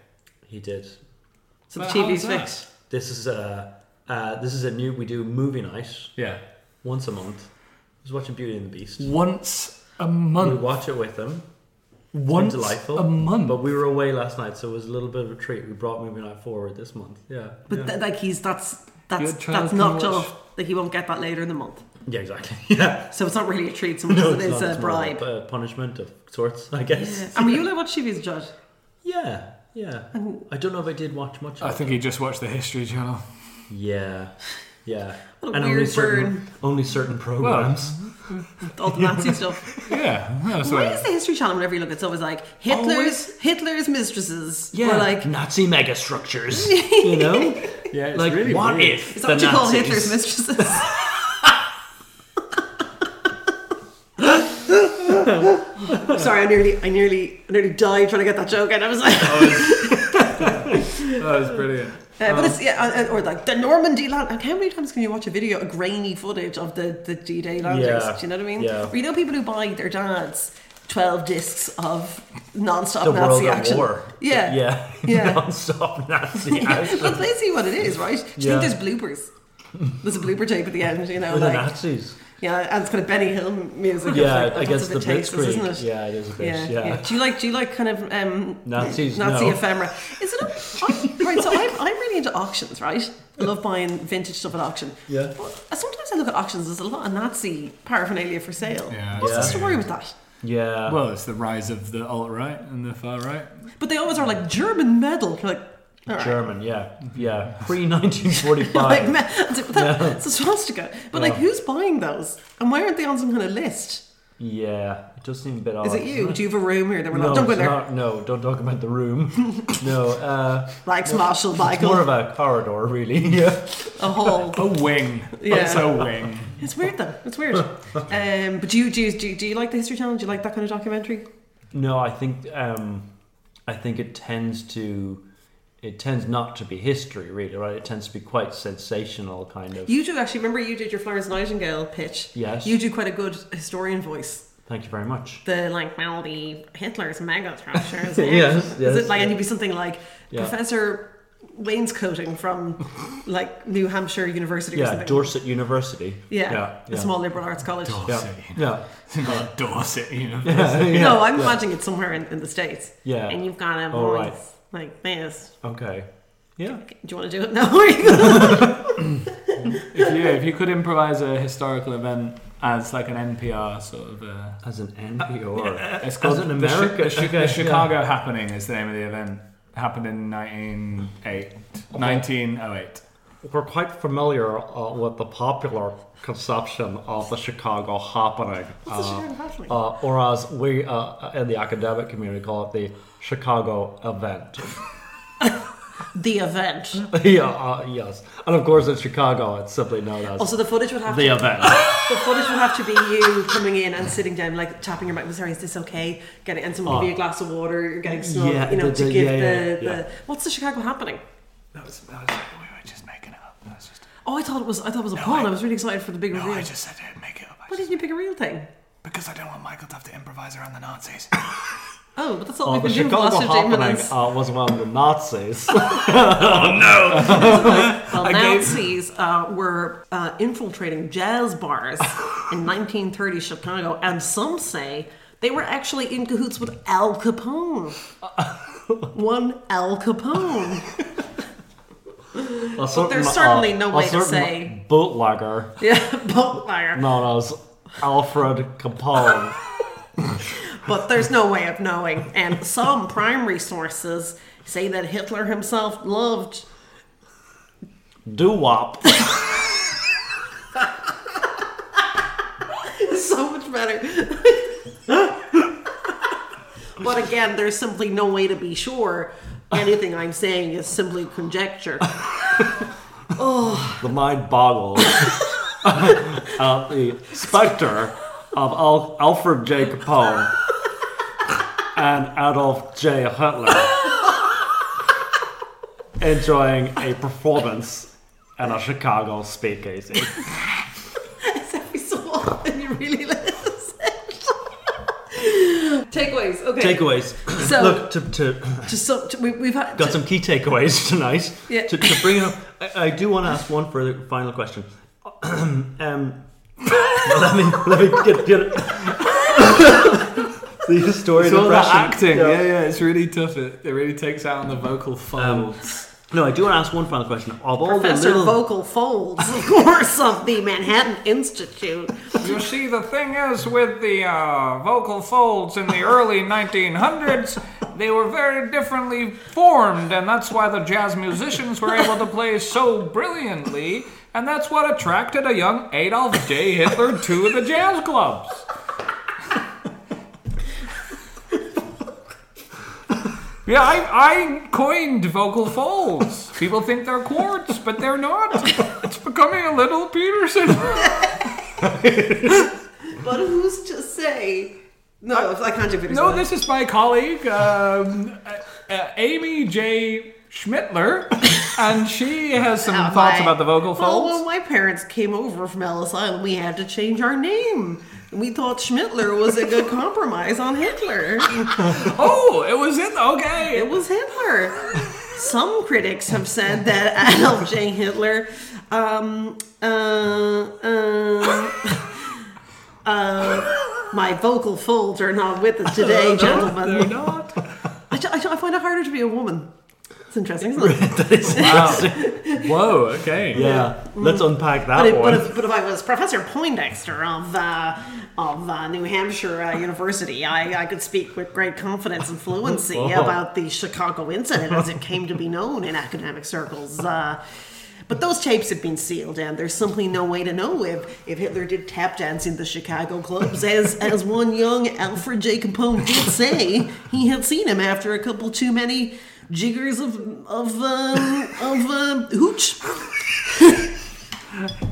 Speaker 5: He did.
Speaker 7: So the But how's TV's that? fixed.
Speaker 5: This is a uh, this is a new. We do movie night.
Speaker 6: Yeah.
Speaker 5: Once a month. I was watching Beauty and the Beast.
Speaker 6: Once a
Speaker 5: We
Speaker 6: month.
Speaker 5: watch it with them. It's been
Speaker 6: Once
Speaker 5: delightful.
Speaker 6: a month.
Speaker 5: But we were away last night, so it was a little bit of a treat. We brought movie night forward this month. Yeah.
Speaker 7: But
Speaker 5: yeah.
Speaker 7: th- like he's that's
Speaker 5: Your
Speaker 7: that's
Speaker 5: child
Speaker 7: that's
Speaker 5: can
Speaker 7: knocked
Speaker 5: watch-
Speaker 7: off. Like he won't get that later in the month.
Speaker 5: yeah, exactly. Yeah.
Speaker 7: So it's not really a treat so much as it
Speaker 5: not.
Speaker 7: is a
Speaker 5: It's more of
Speaker 7: bribe.
Speaker 5: a punishment of sorts, I guess.
Speaker 7: Yeah. And were you allowed to watch TV as a judge?
Speaker 5: Yeah, yeah. I don't know if I did watch much. Of
Speaker 6: I
Speaker 5: it.
Speaker 6: think he just watched the History Channel.
Speaker 5: Yeah, yeah.
Speaker 7: What a
Speaker 5: and only
Speaker 7: weird
Speaker 5: certain
Speaker 7: burn.
Speaker 5: only certain programs.
Speaker 7: All the Nazi stuff.
Speaker 6: Yeah, that's
Speaker 7: Why
Speaker 5: right.
Speaker 7: is the History Channel whenever you look at it, it's always like Hitler's
Speaker 5: Always-
Speaker 7: Hitler's mistresses?
Speaker 5: yeah,
Speaker 7: Or like
Speaker 5: Nazi megastructures. you know.
Speaker 6: Yeah, it's
Speaker 5: like
Speaker 6: really
Speaker 5: what
Speaker 6: weird.
Speaker 5: if
Speaker 7: is
Speaker 5: the
Speaker 7: that what you call
Speaker 5: Nazis-
Speaker 7: Hitler's mistresses? Sorry, I nearly I nearly I nearly died trying to get that joke out. I was like
Speaker 5: Oh,
Speaker 6: That was brilliant.
Speaker 7: Uh, but
Speaker 5: Oh.
Speaker 7: it's yeah, and- and- or like the Normandy land. Like, how many times can you watch a video, a grainy footage of the the D Day landings?
Speaker 5: Yeah,
Speaker 7: Do you know what I mean?
Speaker 5: yeah.
Speaker 7: Or you know people who buy their dads twelve discs of non-stop
Speaker 5: the
Speaker 7: Nazi
Speaker 5: world at
Speaker 7: action.
Speaker 5: war.
Speaker 7: Yeah,
Speaker 5: yeah,
Speaker 7: Yeah.
Speaker 5: non-stop Nazi action.
Speaker 7: That's basically what it is, right? Do you
Speaker 5: Yeah.
Speaker 7: think there's bloopers? There's a blooper tape at the end, you know,
Speaker 5: With the
Speaker 7: like
Speaker 5: Nazis.
Speaker 7: yeah, and it's kind of Benny Hill music.
Speaker 5: Yeah,
Speaker 7: It's like,
Speaker 5: against
Speaker 7: that's a bit
Speaker 5: the
Speaker 7: tasteless, isn't
Speaker 5: Blitzkrieg.
Speaker 7: it?
Speaker 5: Yeah, it is a bit, yeah.
Speaker 7: Do you like do you like kind of um,
Speaker 5: Nazis,
Speaker 7: Nazi
Speaker 5: no.
Speaker 7: ephemera? Is it a, I, right? So I'm, I'm really into auctions, right? I love buying vintage stuff at auction.
Speaker 5: Yeah.
Speaker 7: But sometimes I look at auctions. There's a lot of Nazi paraphernalia for sale.
Speaker 6: Yeah.
Speaker 7: What's the
Speaker 6: Yeah.
Speaker 7: story with that?
Speaker 5: Yeah.
Speaker 6: Well, it's the rise of the alt right and the far right.
Speaker 7: But they always are like German metal. You're like. all right.
Speaker 5: German, yeah, yeah, pre nineteen forty
Speaker 7: Like,
Speaker 5: five.
Speaker 7: me- it's, like, that,
Speaker 5: Yeah.
Speaker 7: it's a swastika. But
Speaker 5: Yeah.
Speaker 7: like, who's buying those? And why aren't they on some kind of list?
Speaker 5: Yeah, it does seem a bit odd.
Speaker 7: Is it you?
Speaker 5: doesn't
Speaker 7: Do you have a room here that we're
Speaker 5: Oh, no,
Speaker 7: not? Don't go
Speaker 5: it's
Speaker 7: there.
Speaker 5: not- no, don't talk about the room. no. Uh,
Speaker 7: Likes
Speaker 5: no,
Speaker 7: Marshall
Speaker 5: It's
Speaker 7: Michael.
Speaker 5: more of a corridor, really. Yeah.
Speaker 7: A hall.
Speaker 5: A wing.
Speaker 7: Yeah. It's weird though. It's weird. um, but do you, do you do you do you like the History Channel? Do you like that kind of documentary?
Speaker 5: No, I think um, I think it tends to it tends not to be history, really. Right? It tends to be quite sensational, kind of.
Speaker 7: You do actually. Remember, you did your Florence Nightingale pitch.
Speaker 5: Yes.
Speaker 7: You do quite a good historian voice.
Speaker 5: Thank you very much.
Speaker 7: The like, well, the Hitler's mega structures.
Speaker 5: Yes,
Speaker 7: Is
Speaker 5: yes,
Speaker 7: it like, and you'd be something like
Speaker 5: Yeah.
Speaker 7: Professor Wainscoting from like New Hampshire University or
Speaker 5: Yeah,
Speaker 7: something.
Speaker 5: Dorset University.
Speaker 7: Yeah,
Speaker 5: yeah,
Speaker 7: a small liberal arts college.
Speaker 5: Yeah, yeah.
Speaker 6: Not Dorset
Speaker 5: Yeah,
Speaker 6: University.
Speaker 5: yeah,
Speaker 7: no, I'm
Speaker 5: yeah.
Speaker 7: imagining it somewhere in, in the states.
Speaker 5: Yeah.
Speaker 7: and you've got a
Speaker 5: Oh,
Speaker 7: voice
Speaker 5: right.
Speaker 7: like this.
Speaker 5: Okay. Yeah.
Speaker 7: Do you want to do it now? Or you gonna-
Speaker 6: if you if you could improvise a historical event as like an NPR sort of a,
Speaker 5: as an NPR,
Speaker 6: it's called
Speaker 5: As an
Speaker 6: the Chi-
Speaker 5: America-
Speaker 6: the Chi- the
Speaker 5: yeah.
Speaker 6: Chicago happening is the name of the event. Happened in 1908. 1908.
Speaker 5: We're quite familiar uh, with the popular conception of the Chicago happening,
Speaker 15: What's the
Speaker 5: uh,
Speaker 15: Chicago happening?
Speaker 5: uh, or as we uh, in the academic community call it, the Chicago event.
Speaker 7: the event.
Speaker 5: yeah, uh, yes, and of course in Chicago it's simply known as
Speaker 7: Also, the footage would have
Speaker 5: the
Speaker 7: to
Speaker 5: event.
Speaker 7: the footage would have to be you coming in and sitting down, like tapping your mic. I'm sorry, is this okay? Getting and someone give
Speaker 5: Oh.
Speaker 7: you a glass of water. You're getting snubbed,
Speaker 5: Yeah,
Speaker 7: you know,
Speaker 5: the-
Speaker 7: to
Speaker 5: the-
Speaker 7: give
Speaker 5: yeah, yeah,
Speaker 7: the,
Speaker 5: yeah.
Speaker 7: the what's the Chicago happening?
Speaker 6: That was, that was like, we were just making it up. That's just
Speaker 7: Oh, I thought it was I thought it was a pun. I, was really excited for the big
Speaker 6: no,
Speaker 7: reveal.
Speaker 6: I just said it. Make it up.
Speaker 7: Why didn't you pick a real thing?
Speaker 6: because I don't want Michael to have to improvise around the Nazis.
Speaker 7: Oh, but that's all
Speaker 5: Uh,
Speaker 7: we've
Speaker 5: the
Speaker 7: been doing for the
Speaker 5: Chicago
Speaker 7: last 15
Speaker 5: happening
Speaker 7: minutes.
Speaker 5: uh, was one of the Nazis.
Speaker 7: Well,
Speaker 5: I gave-
Speaker 7: Nazis uh, were uh, infiltrating jazz bars in 1930 Chicago, and some say they were actually in cahoots with Al Capone. One Al Capone.
Speaker 5: A
Speaker 7: but
Speaker 5: certain,
Speaker 7: there's certainly
Speaker 5: uh,
Speaker 7: no
Speaker 5: a
Speaker 7: way to
Speaker 5: certain
Speaker 7: say.
Speaker 5: bootlegger
Speaker 7: Yeah, bootlegger.
Speaker 5: known as Alfred Capone.
Speaker 7: But there's no way of knowing. And some primary sources say that Hitler himself loved
Speaker 5: Do wop.
Speaker 7: so much better. but again, there's simply no way to be sure. Anything I'm saying is simply conjecture. oh,
Speaker 5: The mind boggles at the specter of Al- Alfred J. Capone and Adolf J. Hitler enjoying a performance at a Chicago speakeasy.
Speaker 7: it's every so often you really listen. Takeaways. Okay.
Speaker 5: Takeaways.
Speaker 7: So-
Speaker 5: Look, to, to
Speaker 7: Just so to, we, we've had
Speaker 5: got some key takeaways tonight.
Speaker 7: Yeah.
Speaker 5: To, to bring it up, I, I do want to ask one further final question. um, let me let me get, get it. the historian
Speaker 6: It's all that acting.
Speaker 5: impression.
Speaker 6: Yeah. yeah, It's really tough. It, it really takes out on the vocal
Speaker 5: Um,
Speaker 6: folds.
Speaker 5: No, I do want to ask one final question. Of all
Speaker 7: Professor
Speaker 5: the little,
Speaker 7: Vocal Folds, of course, of the Manhattan Institute.
Speaker 6: You see, the thing is, with the uh, vocal folds in the early 1900s, they were very differently formed, and that's why the jazz musicians were able to play so brilliantly, and that's what attracted a young Adolf J. Hitler to the jazz clubs. Yeah, I, I coined vocal folds. People think they're quartz, but they're not. It's becoming a little Peterson.
Speaker 7: But who's to say? No, I can't do videos.
Speaker 6: No, this is my colleague, um, uh, uh, Amy J. Schmittler, and she has some
Speaker 7: Oh,
Speaker 6: thoughts about the vocal
Speaker 7: Well,
Speaker 6: folds.
Speaker 7: when my parents came over from Ellis Island, we had to change our name. We thought Schmittler was a good compromise on Hitler.
Speaker 6: oh, it was Hitler. Okay.
Speaker 7: It was Hitler. Some critics have said that Adolf J. Hitler. Um, uh, uh, uh, my vocal folds are not with us today, gentlemen.
Speaker 6: They're not.
Speaker 7: I, ju- I ju- I find it harder to be a woman. It's interesting, isn't it?
Speaker 6: Whoa. Okay.
Speaker 5: yeah, let's unpack that
Speaker 7: But if,
Speaker 5: one.
Speaker 7: but, if, but if I was Professor Poindexter of uh, of uh, New Hampshire uh, University, I, I could speak with great confidence and fluency
Speaker 5: Oh.
Speaker 7: about the Chicago incident as it came to be known in academic circles. Uh, But those tapes have been sealed, and there's simply no way to know if, if Hitler did tap dance in the Chicago clubs, as as one young Alfred J. Capone did say he had seen him after a couple too many jiggers of of um, of um, hooch.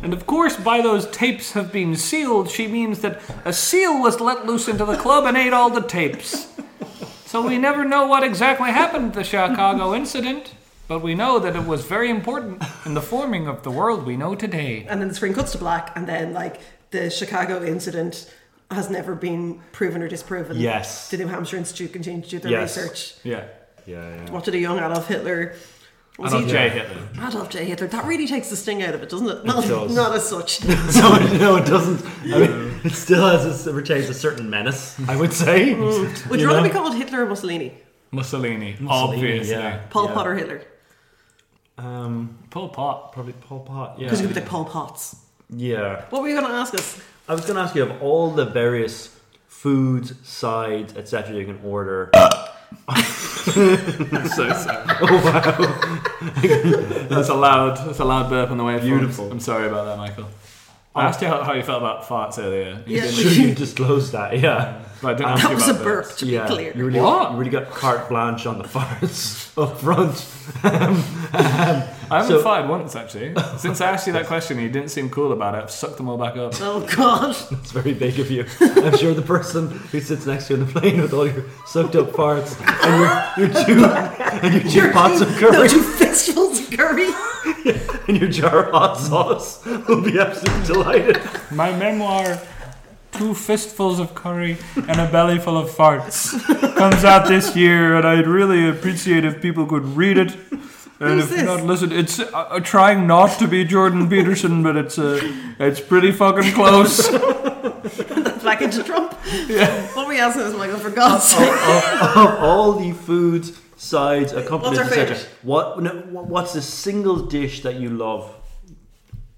Speaker 6: And of course, by those tapes have been sealed, she means that a seal was let loose into the club and ate all the tapes. So we never know what exactly happened to the Chicago incident, but we know that it was very important in the forming of the world we know today.
Speaker 7: And then the screen cuts to black, and then like the Chicago incident has never been proven or disproven.
Speaker 6: Yes.
Speaker 7: the New Hampshire Institute continued to do their
Speaker 6: Yes.
Speaker 7: research.
Speaker 6: Yeah. Yeah,
Speaker 7: What did a young Adolf Hitler?
Speaker 6: Adolf J. Hitler.
Speaker 7: Adolf J. Hitler. That really takes the sting out of it, doesn't it? Not,
Speaker 16: does.
Speaker 7: not as such.
Speaker 16: no, no, it doesn't. I mean, it still has a, retains a certain menace, I would say.
Speaker 7: Mm. Would you rather be called Hitler or Mussolini?
Speaker 6: Mussolini,
Speaker 16: obviously. yeah.
Speaker 7: Paul Pot or Hitler?
Speaker 6: Um, Paul Pot, probably Paul Pot.
Speaker 7: Because you could be the Paul Pots.
Speaker 6: Yeah.
Speaker 7: What were you going to ask us?
Speaker 6: I was going to ask you of all the various
Speaker 5: foods, sides, etc. You can order.
Speaker 6: I'm so sorry. Oh wow, that's a loud, that's a loud burp on the way. from.
Speaker 5: Beautiful.
Speaker 6: I'm sorry about that, Michael. I asked you how, how you felt about farts earlier.
Speaker 5: Yeah.
Speaker 6: didn't-
Speaker 5: Should you disclose that? Yeah.
Speaker 6: But I didn't
Speaker 5: Um,
Speaker 6: ask
Speaker 5: That
Speaker 6: you
Speaker 5: was
Speaker 6: about
Speaker 5: a
Speaker 6: burps.
Speaker 5: burp, to be Yeah, clear. you really- you really got carte blanche on the farts up front.
Speaker 6: I haven't
Speaker 5: So-
Speaker 6: farted once actually. Since I asked you that question, and you didn't seem cool about it. I've sucked them all back up.
Speaker 7: Oh God.
Speaker 5: It's very big of you. I'm sure the person who sits next to you in the plane with all your sucked up farts and your, your two and your two
Speaker 7: Your
Speaker 5: pots
Speaker 7: two-
Speaker 5: of curry
Speaker 7: No, two fistfuls of curry.
Speaker 5: and your jar of hot sauce will be absolutely delighted.
Speaker 6: My memoir, Two Fistfuls of Curry and a Belly Full of Farts, comes out this year, and I'd really appreciate if people could read it. And
Speaker 17: Who's
Speaker 6: if
Speaker 17: this?
Speaker 6: not, listen. It's uh, uh, trying not to be Jordan Peterson, but it's uh, it's pretty fucking close.
Speaker 7: Back into Trump. What were you asking us, Michael? For God's sake.
Speaker 5: of, of all the foods, sides, accompaniments,
Speaker 7: What's our
Speaker 5: etc. What no, wh- what's the single dish that you love?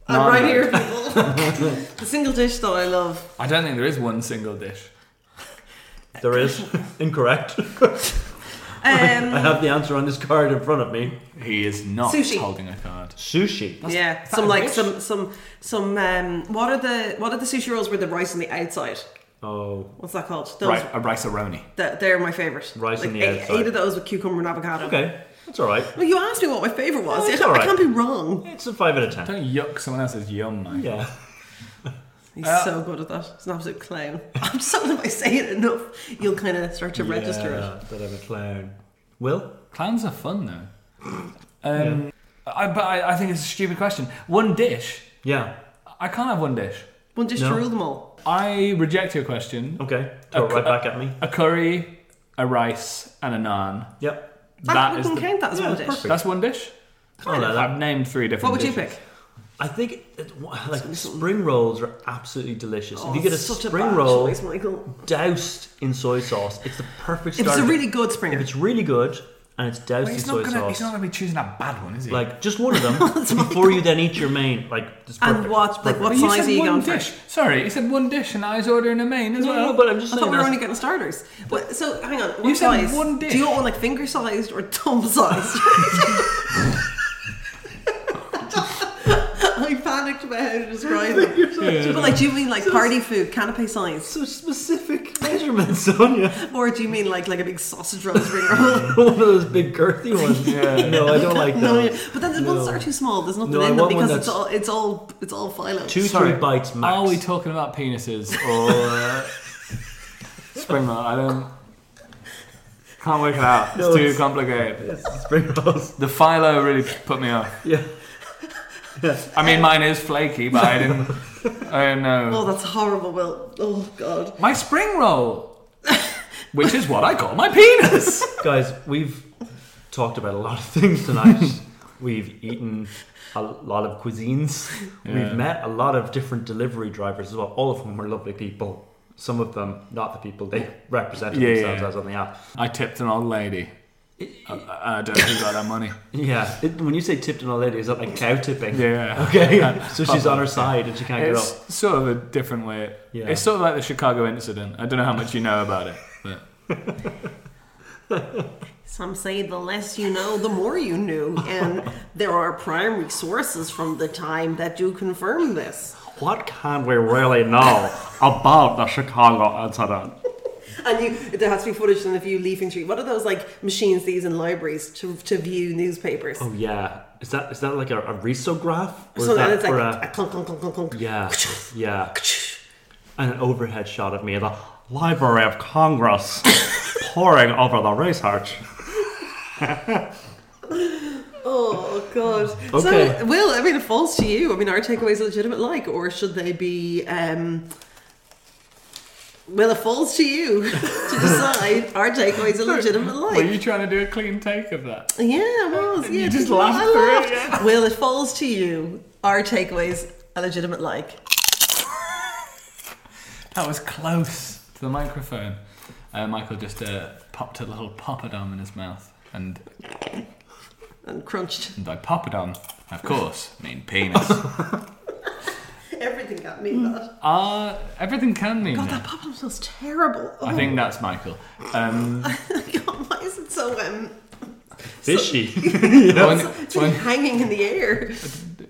Speaker 7: I'm right here,
Speaker 5: Not-
Speaker 7: people. the single dish that I love.
Speaker 6: I don't think there is one single dish.
Speaker 5: there is incorrect. I have the answer on this card in front of me.
Speaker 6: He is not
Speaker 7: Sushi.
Speaker 6: holding a card.
Speaker 5: Sushi.
Speaker 7: yeah, some like some some some. Um, what are the what are the sushi rolls with the rice on the outside?
Speaker 5: Oh.
Speaker 7: What's that called? Those.
Speaker 6: Right, a rice-a-roni.
Speaker 7: that- they're my favorite.
Speaker 6: Rice on the
Speaker 7: eight,
Speaker 6: outside.
Speaker 7: Eight of those with cucumber and avocado.
Speaker 6: Okay,
Speaker 5: that's all right.
Speaker 7: Well, you asked me what my favorite was.
Speaker 6: it's
Speaker 7: I,
Speaker 6: all right.
Speaker 7: I can't be wrong.
Speaker 5: It's a five out of ten.
Speaker 6: Don't yuck someone else's yum, mate.
Speaker 5: Yeah.
Speaker 7: He's so good at that. He's an absolute clown. I'm just telling him if I say it enough, you'll kind of start to register it.
Speaker 5: Yeah, That I'm a clown. Will
Speaker 6: clowns are fun though. Um, I, but I, I think it's a stupid question. One dish.
Speaker 5: Yeah.
Speaker 6: I can't have one dish.
Speaker 7: One dish to rule them all.
Speaker 6: I reject your question.
Speaker 5: Okay, throw it right back at me.
Speaker 6: A curry, a rice, and a naan.
Speaker 5: Yep.
Speaker 7: That- we can count that as Yeah, one dish. perfect.
Speaker 6: That's one dish.
Speaker 5: I like Oh, that.
Speaker 6: I've named three different.
Speaker 7: What would you
Speaker 6: dishes.
Speaker 7: pick?
Speaker 5: I think it, like spring rolls are absolutely delicious.
Speaker 7: Oh,
Speaker 5: if you get a
Speaker 7: such a
Speaker 5: spring
Speaker 7: bad
Speaker 5: roll
Speaker 7: choice, Michael.
Speaker 5: doused in soy sauce, it's the perfect.
Speaker 7: If it's a
Speaker 5: starter.
Speaker 7: really good spring
Speaker 5: if
Speaker 7: roll.
Speaker 5: it's really good and it's doused
Speaker 6: But
Speaker 5: in
Speaker 6: he's
Speaker 5: soy
Speaker 6: not gonna.
Speaker 5: sauce,
Speaker 6: He's not gonna be choosing a bad one, is he?
Speaker 5: like just one of them before you then eat your main. Like it's perfect.
Speaker 7: And what? Like what
Speaker 6: But you
Speaker 7: size
Speaker 6: said
Speaker 7: are you
Speaker 6: one
Speaker 7: going
Speaker 6: dish.
Speaker 7: for?
Speaker 6: Sorry, you said one dish, and I was ordering a main as
Speaker 7: No,
Speaker 6: well.
Speaker 7: no, but I'm just
Speaker 6: I
Speaker 7: I
Speaker 6: thought
Speaker 7: thought we were
Speaker 6: were
Speaker 7: only getting starters. But, so hang on. What
Speaker 6: You said
Speaker 7: size?
Speaker 6: one dish.
Speaker 7: Do you want like finger sized or thumb sized? I panicked about how to describe them.
Speaker 5: Finger-sized.
Speaker 7: But like, do you mean like
Speaker 5: So-
Speaker 7: party food, canapé size? So
Speaker 5: specific measurements, Sonia.
Speaker 7: Or do you mean like like a big sausage roll spring roll?
Speaker 5: one of those big girthy ones. yeah. No, I don't like that.
Speaker 7: No, yeah. But then the ones
Speaker 5: No.
Speaker 7: that are too small. There's nothing
Speaker 5: No, I
Speaker 7: in them
Speaker 5: want one
Speaker 7: because it's
Speaker 5: that's-
Speaker 7: all it's all it's all phyllo.
Speaker 5: bites
Speaker 6: max. Are we talking about penises or spring roll? I don't. Can't work it out. It's
Speaker 5: No,
Speaker 6: too
Speaker 5: it's-
Speaker 6: complicated.
Speaker 5: It's spring rolls.
Speaker 6: The phyllo really put me off.
Speaker 5: Yeah.
Speaker 6: I mean, mine is flaky, but I didn't. I don't know.
Speaker 7: Oh, that's horrible. Well, oh god.
Speaker 6: my spring roll, which is what I call my penis.
Speaker 5: Guys, we've talked about a lot of things tonight. we've eaten a lot of cuisines.
Speaker 6: Yeah.
Speaker 5: We've met a lot of different delivery drivers as well, all of whom are lovely people. Some of them not the people they represented
Speaker 6: Yeah,
Speaker 5: themselves
Speaker 6: yeah.
Speaker 5: as on the app.
Speaker 6: I tipped an old lady. I, I don't think I got that money.
Speaker 5: Yeah, it, when you say tipped an old lady, is that like cow tipping?
Speaker 6: Yeah.
Speaker 5: Okay, so she's on her side and she can't get
Speaker 6: it's
Speaker 5: up.
Speaker 6: sort of a different way.
Speaker 5: Yeah.
Speaker 6: It's sort of like the Chicago incident. I don't know how much you know about it, but
Speaker 7: Some say the less you know, the more you knew, and there are primary sources from the time that do confirm this.
Speaker 5: What can we really know about the Chicago incident?
Speaker 7: And you, there has to be footage then of you leafing through. What are those like machines these in libraries to, to view newspapers?
Speaker 18: Oh yeah, is that is that like a, a risograph? is
Speaker 7: so then
Speaker 18: that
Speaker 7: it's like
Speaker 18: for
Speaker 7: a, clunk, clunk, clunk, clunk, clunk.
Speaker 18: yeah, yeah,
Speaker 5: An overhead shot of me at the Library of Congress poring over the research.
Speaker 7: Oh god.
Speaker 5: Okay.
Speaker 7: So Will, I mean it falls to you. I mean are takeaways legitimate like or should they be um Well it falls to you to decide are takeaways a legitimate like.
Speaker 6: Were you trying to do a clean take of that?
Speaker 7: Yeah, it was. Yeah,
Speaker 6: You just
Speaker 7: I
Speaker 6: laughed through it, yeah.
Speaker 7: Will it falls to you. Are takeaways a legitimate like?
Speaker 6: That was close to the microphone. Uh, Michael just uh, popped a little poppadom in his mouth and
Speaker 7: and crunched.
Speaker 6: And by poppadom, of course, mean penis.
Speaker 7: Everything got me that.
Speaker 6: Ah, everything can mean.
Speaker 7: God,
Speaker 6: that.
Speaker 7: Mm. Oh, that problem smells terrible.
Speaker 6: I
Speaker 7: Oh,
Speaker 6: think that's Michael. Um,
Speaker 7: why is it so um
Speaker 6: Fishy.
Speaker 7: it's, it's really hanging in the air.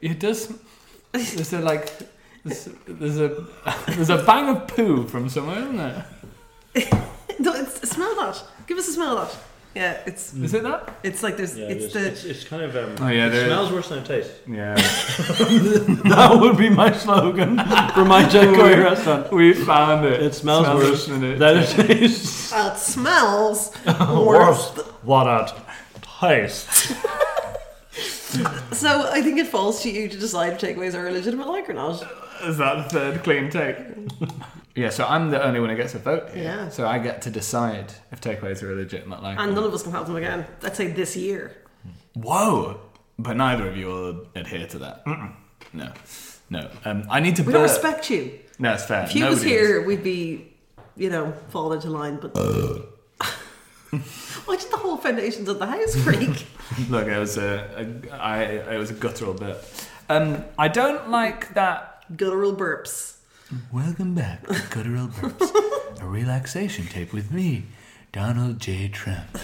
Speaker 6: It does. There's a like. There's, there's a there's a bang of poo from somewhere, isn't there?
Speaker 7: No, it's, smell that. Give us a smell that. Yeah, it's.
Speaker 6: Is it that?
Speaker 7: It's like there's.
Speaker 18: Yeah,
Speaker 7: it's
Speaker 18: it is.
Speaker 7: the.
Speaker 18: It's- it's kind of, um,
Speaker 6: Oh, yeah,
Speaker 18: it
Speaker 6: there-
Speaker 18: smells worse than it tastes.
Speaker 6: Yeah. that would be my slogan for
Speaker 5: my takeaway
Speaker 6: We-
Speaker 5: restaurant.
Speaker 6: We found it. It
Speaker 5: smells worse
Speaker 6: than it
Speaker 5: than it
Speaker 6: tastes.
Speaker 7: Uh, it smells worse.
Speaker 5: Worst what it tastes.
Speaker 7: So I think it falls to you to decide if takeaways are a legitimate like or not.
Speaker 6: Is that the third clean take? yeah, so I'm the only one who gets a vote here.
Speaker 7: Yeah.
Speaker 6: So I get to decide if takeaways are a legitimate like.
Speaker 7: And none of us can have them again. Let's say this year.
Speaker 6: Whoa! But neither of you will adhere to that. No. No. Um, I need to
Speaker 7: We don't
Speaker 6: blur-
Speaker 7: respect you.
Speaker 6: No, it's fair.
Speaker 7: If you was
Speaker 6: Nobody does.
Speaker 7: here, we'd be, you know, fall into line. But
Speaker 6: Uh.
Speaker 7: why did the whole foundations of the house freak?
Speaker 6: Look, it was a, a, I, it was a guttural burp. Um, I don't like that.
Speaker 7: Guttural burps.
Speaker 6: Welcome back to Guttural Burps, a relaxation tape with me, Donald J. Trump.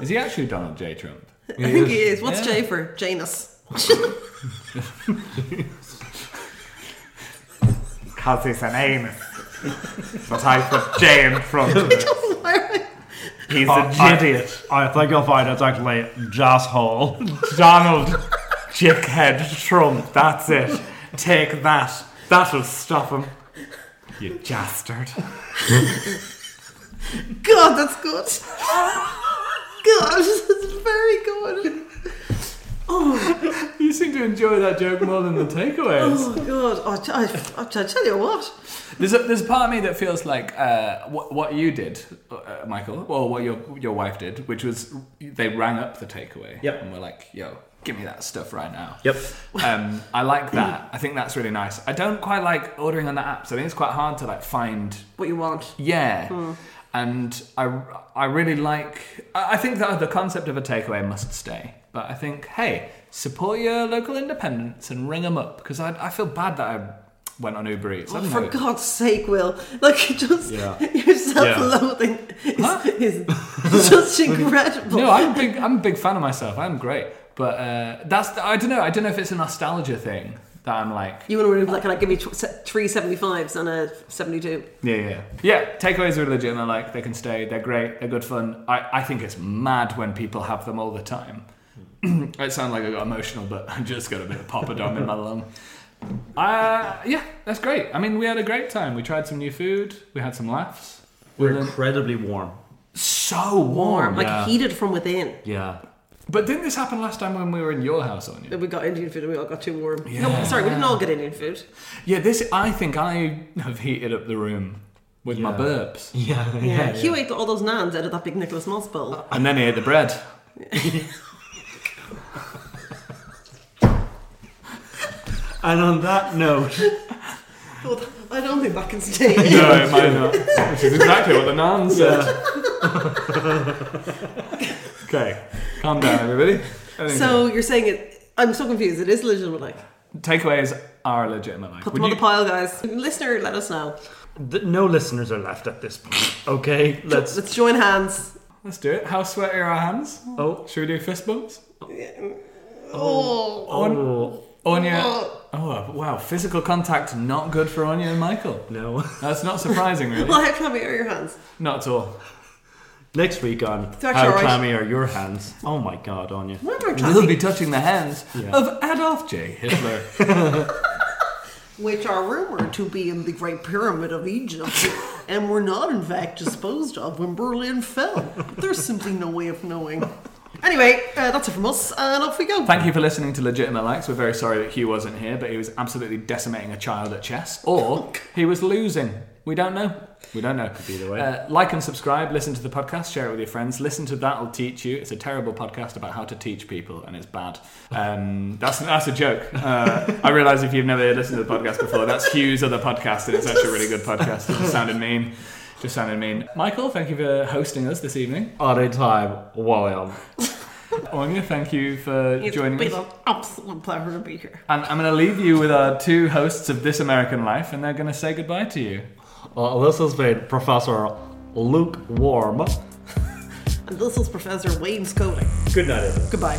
Speaker 6: Is he actually Donald J. Trump?
Speaker 7: I think he is. What's
Speaker 6: Yeah.
Speaker 7: J for? Janus.
Speaker 6: Because he's an anus. but I put J in front. He's
Speaker 5: I-
Speaker 6: an
Speaker 5: I-
Speaker 6: idiot.
Speaker 5: I think you'll find it's actually Jasshole. Donald Jickhead Trump. That's it. Take that. That'll stop him. You jastard.
Speaker 7: God, that's good. God, that's very good. Oh.
Speaker 6: You seem to enjoy that joke more than the takeaways.
Speaker 7: Oh God! Oh, t- I, I, I tell you what.
Speaker 6: There's a, there's a part of me that feels like uh, what, what you did, uh, Michael, or what your your wife did, which was they rang up the takeaway. Yep. And were like, yo, give me that stuff right now. Yep. Um, I like that. I think that's really nice. I don't quite like ordering on the apps. I think it's quite hard to like find
Speaker 7: what you want.
Speaker 6: Yeah.
Speaker 7: Hmm.
Speaker 6: And I, I really like. I I think that the concept of a takeaway must stay. But I think, hey, support your local independents and ring them up because I, I feel bad that I went on Uber Eats. I
Speaker 7: Oh,
Speaker 6: don't
Speaker 7: for
Speaker 6: know.
Speaker 7: God's sake, Will! Like just
Speaker 6: Yeah.
Speaker 7: your self-loathing is, is just incredible.
Speaker 6: No, I'm a big. I'm a big fan of myself. I'm great, but uh, that's. the- I don't know. I don't know if it's a nostalgia thing that I'm like.
Speaker 7: You want to like, can I give you tw- se- three 75s and a 72?
Speaker 6: Yeah, yeah, yeah. Takeaways are legitimate. Like they can stay. They're great. They're good fun. I, I think it's mad when people have them all the time. it sounds like I got emotional, but I just got a bit of poppadom in my lung. Uh, yeah, that's great. I mean, we had a great time. We tried some new food. We had some laughs.
Speaker 18: We're incredibly warm.
Speaker 6: So warm,
Speaker 7: like heated from within.
Speaker 18: Yeah.
Speaker 6: But didn't this happen last time when we were in your house, Anya?
Speaker 7: Then we got Indian food and we all got too warm.
Speaker 6: Yeah.
Speaker 7: No, sorry, we didn't all get Indian food.
Speaker 6: Yeah, this I think I have heated up the room with my burps. Yeah, Uh,
Speaker 7: Yeah, Hugh ate all those nans out of that big Nicholas Moss bowl.
Speaker 6: And then he ate the bread.
Speaker 5: And on that note,
Speaker 7: God, I don't think that can stay.
Speaker 6: no, it might not. Which is exactly what the nan said.
Speaker 5: uh,
Speaker 6: okay, calm down, everybody. Anyway,
Speaker 7: So you're saying it? I'm so confused. It is legitimate. Like,
Speaker 6: takeaways are legitimate. Like,
Speaker 7: put
Speaker 6: would
Speaker 7: them on
Speaker 6: you-
Speaker 7: the pile, guys. Listener, let us know.
Speaker 5: th- no listeners are left at this point, okay? Let's
Speaker 7: Let's join hands
Speaker 6: Let's do it. How sweaty are our hands? Oh. Should we do fist bumps?
Speaker 10: Oh.
Speaker 6: On- Anya. Oh, wow. Physical contact not good for Anya and Michael. No. That's not surprising, really.
Speaker 10: Well, how clammy are your hands?
Speaker 6: Not at all.
Speaker 5: Next week on
Speaker 10: That's
Speaker 5: How
Speaker 10: all right.
Speaker 5: Clammy Are Your Hands? Oh my god, Anya.
Speaker 10: Why am I clammy?
Speaker 6: We'll be touching the hands
Speaker 5: Yeah.
Speaker 6: of Adolf J. Hitler.
Speaker 10: Which are rumored to be in the Great Pyramid of Egypt and were not, in fact, disposed of when Berlin fell. There's simply no way of knowing. Anyway, uh, that's it from us, and off we go.
Speaker 6: Thank you for listening to Legitimate Likes. We're very sorry that Hugh wasn't here, but he was absolutely decimating a child at chess, or he was losing. We don't know. We don't know. Could be either way. Uh, like and subscribe. Listen to the podcast. Share it with your friends. Listen to that'll teach you. It's a terrible podcast about how to teach people, and it's bad. Um, that's that's a joke. Uh, I realise if you've never listened to the podcast before, that's Hugh's other podcast, and it's actually a really good podcast. It just sounded mean. Just sounded mean. Michael, thank you for hosting us this evening.
Speaker 19: Anytime, William.
Speaker 6: Anya, thank you for
Speaker 10: It's
Speaker 6: joining
Speaker 10: been
Speaker 6: us.
Speaker 10: an absolute pleasure to be here.
Speaker 6: And I'm going to leave you with our two hosts of This American Life, and they're going to say goodbye to you.
Speaker 19: Uh, this has been Professor Luke Warm.
Speaker 10: And this is Professor Wayne Scoting.
Speaker 5: Good night, everyone.
Speaker 10: Goodbye.